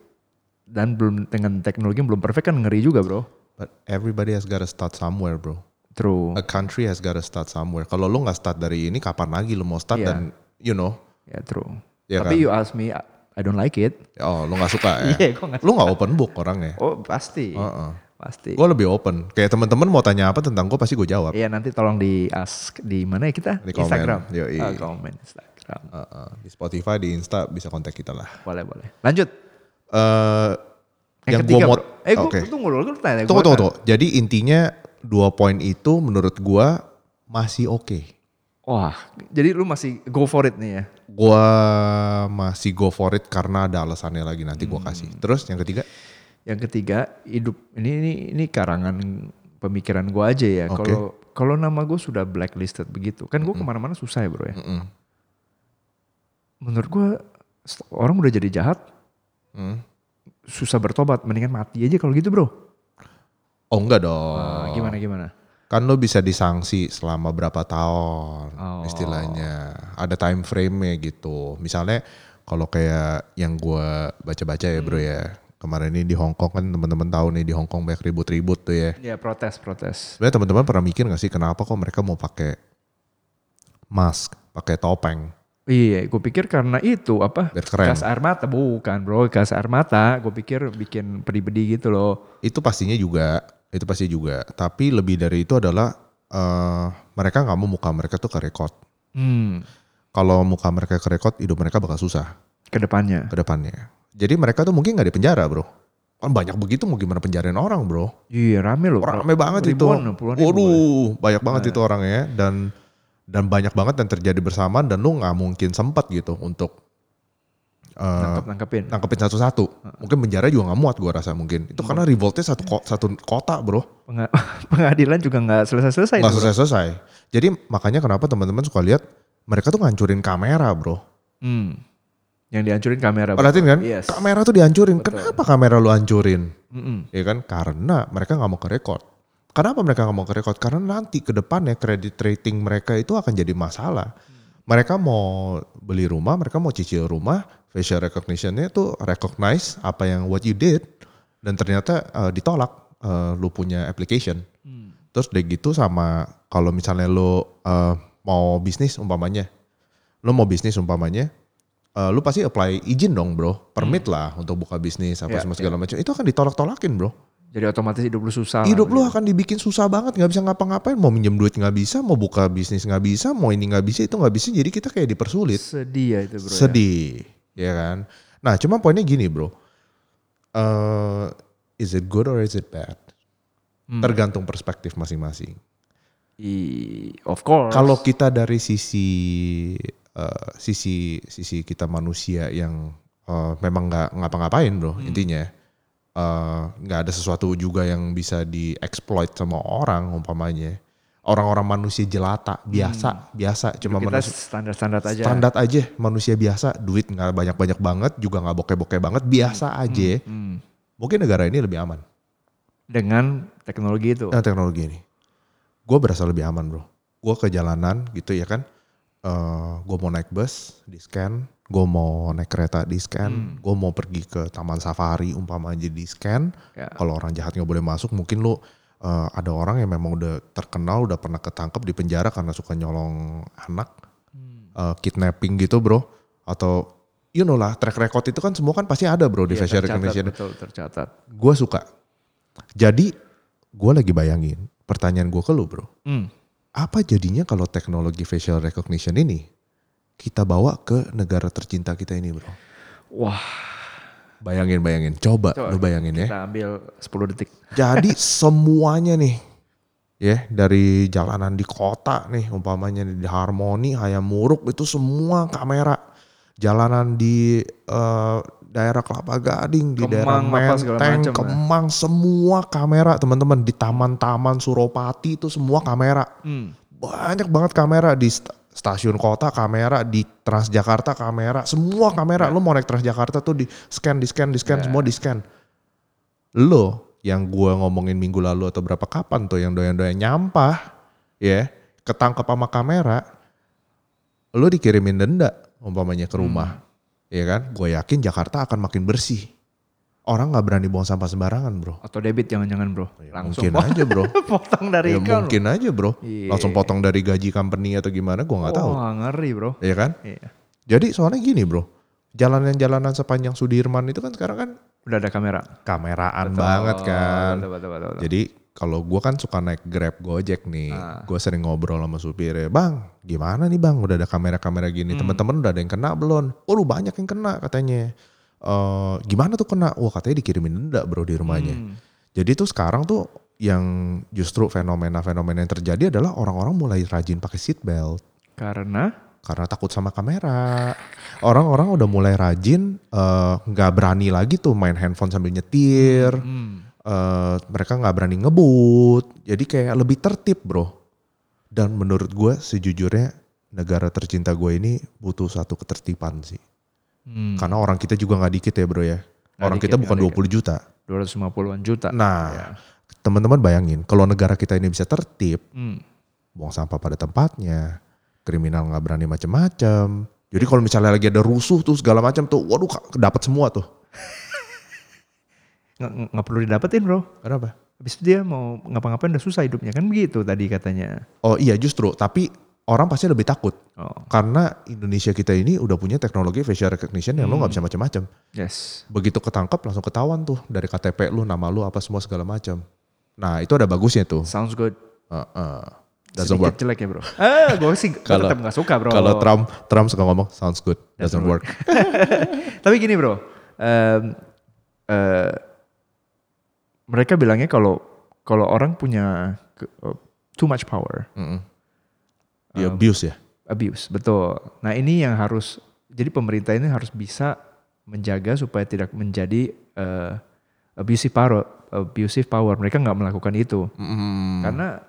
dan belum dengan teknologi yang belum perfect kan ngeri juga bro. But everybody has gotta start somewhere bro. True. A country has gotta start somewhere. Kalau lu nggak start dari ini, kapan lagi lu mau start Iya. dan you know, Ya true. Iya Tapi kan? you ask me, I I don't like it. oh lu nggak suka ya? Iya, gua nggak lu nggak open book orangnya. Oh pasti, Heeh. pasti. Gua lebih open. Kayak teman-teman mau tanya apa tentang gua pasti gua jawab. Iya nanti tolong di ask di mana ya kita? Di komen, Instagram. yoi. Ah, komen Instagram. Heeh. Di Spotify, di Insta bisa kontak kita lah. Boleh boleh. Lanjut. Eh, yang ketiga, gua mau, bro. Eh gua Oke. tunggu dulu, gua tanya. Tunggu, gua- tunggu, tunggu. Jadi intinya dua poin itu menurut gua masih oke. Wah, jadi lu masih go for it nih ya? Gua masih go for it karena ada alasannya lagi nanti gua kasih. Terus yang ketiga, Yang ketiga, hidup ini ini ini karangan pemikiran gue aja ya. Oke. Kalau kalau nama gue sudah blacklisted begitu, kan gue kemana-mana susah ya bro ya. Mm-mm. Menurut gue orang udah jadi jahat Hmm. susah bertobat, mendingan mati aja kalau gitu bro. oh enggak dong. Ah, gimana gimana? Kan lo bisa disanksi selama berapa tahun Oh. istilahnya. Ada time frame-nya gitu. Misalnya kalau kayak yang gua baca-baca ya bro ya. Kemarin ini di Hong Kong kan teman-teman tahu nih di Hong Kong banyak ribut-ribut tuh ya. Ya protes protes. Sebenarnya teman-teman pernah mikir gak sih kenapa kok mereka mau pakai mask, pakai topeng? Iya, gue pikir karena itu apa? Biar keren. Gas air mata bukan bro, gas air mata. Gue pikir bikin pedi-pedi gitu loh. Itu pastinya juga, itu pasti juga. Tapi lebih dari itu adalah eh, mereka nggak mau muka mereka tuh ke record. Hmm, Kalau muka mereka ke record, hidup mereka bakal susah kedepannya. ke depannya. Jadi mereka tuh mungkin nggak di penjara bro. Kan banyak begitu mau gimana penjarain orang bro. Iya rame loh. bro. Rame banget itu. Ribuan, puluhan ribu. Waduh, banyak banget itu orangnya dan dan banyak banget yang terjadi bersamaan dan lu nggak mungkin sempat gitu untuk eh, nangkep nangkepin nangkepin satu-satu. Mungkin penjara juga nggak muat gua rasa mungkin. Itu karena revoltnya satu ko- satu kota, Bro. Penga- pengadilan juga nggak selesai selesai Nggak selesai-selesai. Jadi makanya kenapa teman-teman suka lihat mereka tuh ngancurin kamera, Bro. Hmm. yang dihancurin kamera bro. Perhatiin kan? Yes. Kamera tuh dihancurin. Kenapa kamera lu hancurin? Mm-mm. Ya kan? Karena mereka nggak mau ke record. Kenapa mereka nggak mau ke record? Karena nanti ke depannya credit rating mereka itu akan jadi masalah. Mereka mau beli rumah, mereka mau cicil rumah, facial recognition-nya itu recognize apa yang what you did dan ternyata eh, ditolak eh, lu punya application. Hmm. Terus udah gitu sama kalau misalnya lu eh, mau bisnis umpamanya, lu mau bisnis umpamanya, eh, lu pasti apply izin dong bro, permit lah untuk buka bisnis apa Hmm. Ya, semua segala macam. Itu akan ditolak-tolakin bro. jadi otomatis hidup lu susah lah, Hidup lu gitu. akan dibikin susah banget, nggak bisa ngapa-ngapain. Mau minjem duit nggak bisa, mau buka bisnis nggak bisa, mau ini nggak bisa, itu nggak bisa. Jadi kita kayak dipersulit. sedih ya itu bro ya. Sedih, ya kan? Nah, cuma poinnya gini bro. Eh, is it good or is it bad? Hmm. Tergantung perspektif masing-masing. I- of course Kalau kita dari sisi eh, sisi sisi kita manusia yang eh, memang nggak ngapa-ngapain bro Hmm. intinya Eh, nggak ada sesuatu juga yang bisa dieksploit sama orang umpamanya orang-orang manusia jelata biasa biasa cuma Hmm. kita manusia standar-standar aja standar aja manusia biasa duit nggak banyak-banyak banget juga nggak bokeh-bokeh banget biasa aja Hmm. mungkin negara ini lebih aman dengan teknologi itu Nah teknologi ini, gue berasa lebih aman bro. Gue ke jalanan gitu ya kan, Eh gue mau naik bus di scan, gue mau naik kereta di Hmm. scan, gue mau pergi ke taman safari umpama aja di scan. Ya. Kalau orang jahat nggak boleh masuk, mungkin lo eh, ada orang yang memang udah terkenal, udah pernah ketangkep di penjara karena suka nyolong anak, Hmm. eh, kidnapping gitu bro, atau you know lah track record itu kan semua kan pasti ada bro di Iya, facial tercatat, recognition betul tercatat gue suka. Jadi gue lagi bayangin pertanyaan gue ke lu bro. Hmm. Apa jadinya kalau teknologi facial recognition ini kita bawa ke negara tercinta kita ini bro? wah Bayangin bayangin. Coba, Coba lu bayangin ya. kita ambil 10 detik Jadi semuanya nih ya dari jalanan di kota nih umpamanya di Harmoni, Hayamuruk itu semua kamera. Jalanan di eh, daerah Kelapa Gading, di daerah Kemang, apa segala ya. Menteng, macem, Kemang semua kamera teman-teman di taman-taman Suropati itu semua kamera. Hmm. Banyak banget kamera di st- stasiun kota kamera di Transjakarta kamera semua kamera lu mau naik Transjakarta tuh di scan di scan di scan semua di scan lo yang gua ngomongin minggu lalu atau berapa kapan tuh yang doyan-doyan nyampah ya ketangkep sama kamera lo dikirimin denda umpamanya ke rumah ya kan gue yakin Jakarta akan makin bersih orang nggak berani buang sampah sembarangan bro atau debit jangan-jangan bro Oh, ya langsung mungkin aja bro potong dari ya account. mungkin aja bro Iya. langsung potong dari gaji company atau gimana gua nggak tahu Wah ngeri bro. ya kan Iya. jadi soalnya gini bro jalanan-jalanan sepanjang Sudirman itu kan sekarang kan Udah ada kamera. kameraan banget kan Betul, betul, betul, Ah. betul. Jadi kalau gue kan suka naik Grab Gojek nih, gue sering ngobrol sama supirnya, bang, gimana nih bang, udah ada kamera-kamera gini, Hmm. teman-teman udah ada yang kena belum? Waduh banyak yang kena katanya. Eh gimana tuh kena? Wah katanya dikirimin denda bro di rumahnya. Hmm. Jadi tuh sekarang tuh yang justru fenomena-fenomena yang terjadi adalah orang-orang mulai rajin pakai seat belt Karena karena takut sama kamera. Orang-orang udah mulai rajin, eh, nggak berani lagi tuh main handphone sambil nyetir. hmm, Eh, mereka nggak berani ngebut. Jadi kayak lebih tertib bro. Dan menurut gue sejujurnya negara tercinta gue ini butuh satu ketertiban sih. hmm, Karena orang kita juga nggak dikit ya bro ya. Nggak orang dikit, kita bukan nggak dikit. Iya. 20 juta. 250-an juta. Nah, teman-teman bayangin kalau negara kita ini bisa tertib, Hmm. buang sampah pada tempatnya, kriminal nggak berani macam-macam. Jadi kalau misalnya lagi ada rusuh tuh segala macam tuh, waduh ka- dapat semua tuh. Nggak, nggak- nggak perlu didapetin bro. Kenapa? Habis itu dia mau ngapa-ngapain udah susah hidupnya kan begitu tadi katanya. Oh iya justru, tapi orang pasti lebih takut Oh karena Indonesia kita ini udah punya teknologi facial recognition yang lo nggak bisa macam-macam. yes. Begitu ketangkep langsung ketahuan tuh dari KTP lu, nama lu apa semua segala macam. Nah itu ada bagusnya tuh. Sounds good. Heeh. Doesn't Sedikit work. jelek ya bro. Ah, gue sih gue Kalau- tetap gak suka bro. Kalau Trump, Trump suka ngomong sounds good, doesn't work. Tapi gini bro, em, eh, mereka bilangnya kalau kalau orang punya ke- eh, too much power, Mm-mm. Di abuse ya. abuse betul. Nah ini yang harus jadi pemerintah ini harus bisa menjaga supaya tidak menjadi eh, abusive power abusive power mereka nggak melakukan itu Mm-mm. karena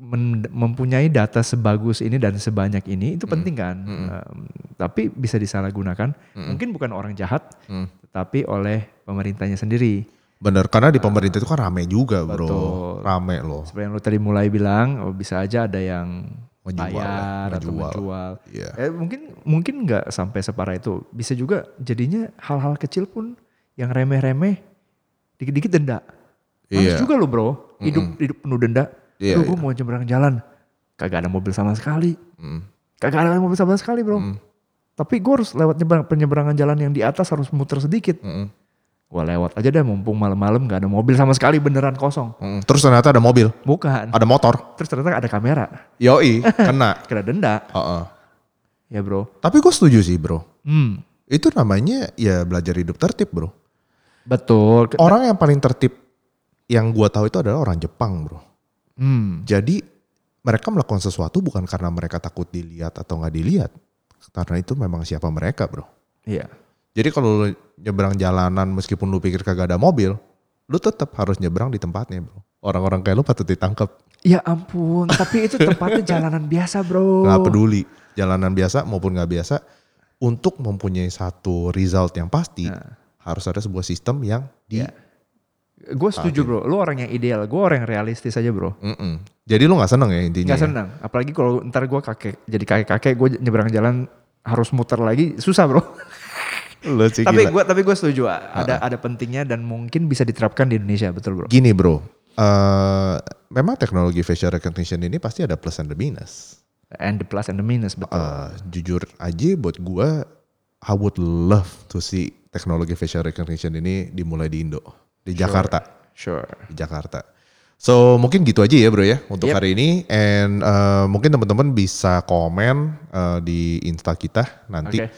men- mempunyai data sebagus ini dan sebanyak ini itu penting kan Um, tapi bisa disalahgunakan mungkin bukan orang jahat Mm. tetapi oleh pemerintahnya sendiri Bener, karena di pemerintah itu kan rame juga bro. Ah. Betul. Rame loh. seperti yang lo tadi mulai bilang oh, bisa aja ada yang Menjual ya, bayar atau menjual. menjual Iya. Eh, mungkin mungkin nggak sampai separah itu bisa juga jadinya hal-hal kecil pun yang remeh-remeh dikit-dikit denda Iya. Males juga lo bro hidup hidup penuh denda Iya, Duh, gua mau nyebrang jalan kagak ada mobil sama sekali Mm. kagak ada mobil sama sekali bro tapi gue harus lewat nyebrang, penyeberangan jalan yang di atas harus muter sedikit Mm-mm. gue lewat aja deh mumpung malam-malam gak ada mobil sama sekali beneran kosong Mm. Terus ternyata ada mobil, bukan ada motor. terus ternyata ada kamera Yoi, kena. kena denda Heeh. ya bro Tapi gue setuju sih bro. hmm Itu namanya ya belajar hidup tertib bro. betul Ke- Orang yang paling tertib yang gua tahu itu adalah orang Jepang bro. hmm Jadi mereka melakukan sesuatu bukan karena mereka takut dilihat atau nggak dilihat. Karena itu memang siapa mereka bro. iya Jadi kalau lu nyebrang jalanan meskipun lu pikir kagak ada mobil, lu tetap harus nyebrang di tempatnya, bro. Orang-orang kayak lu patut ditangkap. ya ampun tapi itu tempatnya jalanan biasa bro Nggak peduli jalanan biasa maupun nggak biasa, untuk mempunyai satu result yang pasti harus ada sebuah sistem yang di. Iya. gue setuju bro lu orang yang ideal gue orang yang realistis aja bro Mm-mm. Jadi lu nggak seneng ya intinya. nggak ya? senang apalagi kalau ntar gue kakek jadi kakek kakek gue nyebrang jalan harus muter lagi susah bro Lu sih tapi gila. gue tapi gue setuju ada ada pentingnya dan mungkin bisa diterapkan di Indonesia betul bro Gini bro, eh, memang teknologi facial recognition ini pasti ada plus and the minus. and the plus and the minus betul Eh, jujur aja buat gua I would love to see teknologi facial recognition ini dimulai di Indo, di Jakarta, sure di Jakarta. So mungkin gitu aja ya bro ya untuk Yep. hari ini and eh, mungkin teman-teman bisa komen eh, di Insta kita nanti Oke.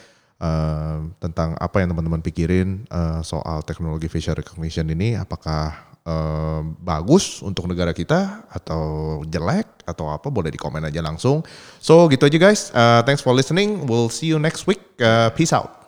eh, tentang apa yang teman-teman pikirin eh, soal teknologi facial recognition ini apakah eh, bagus untuk negara kita atau jelek atau apa boleh Uh, dikomen aja langsung. So gitu aja guys. Eh, thanks for listening. We'll see you next week. Eh, peace out.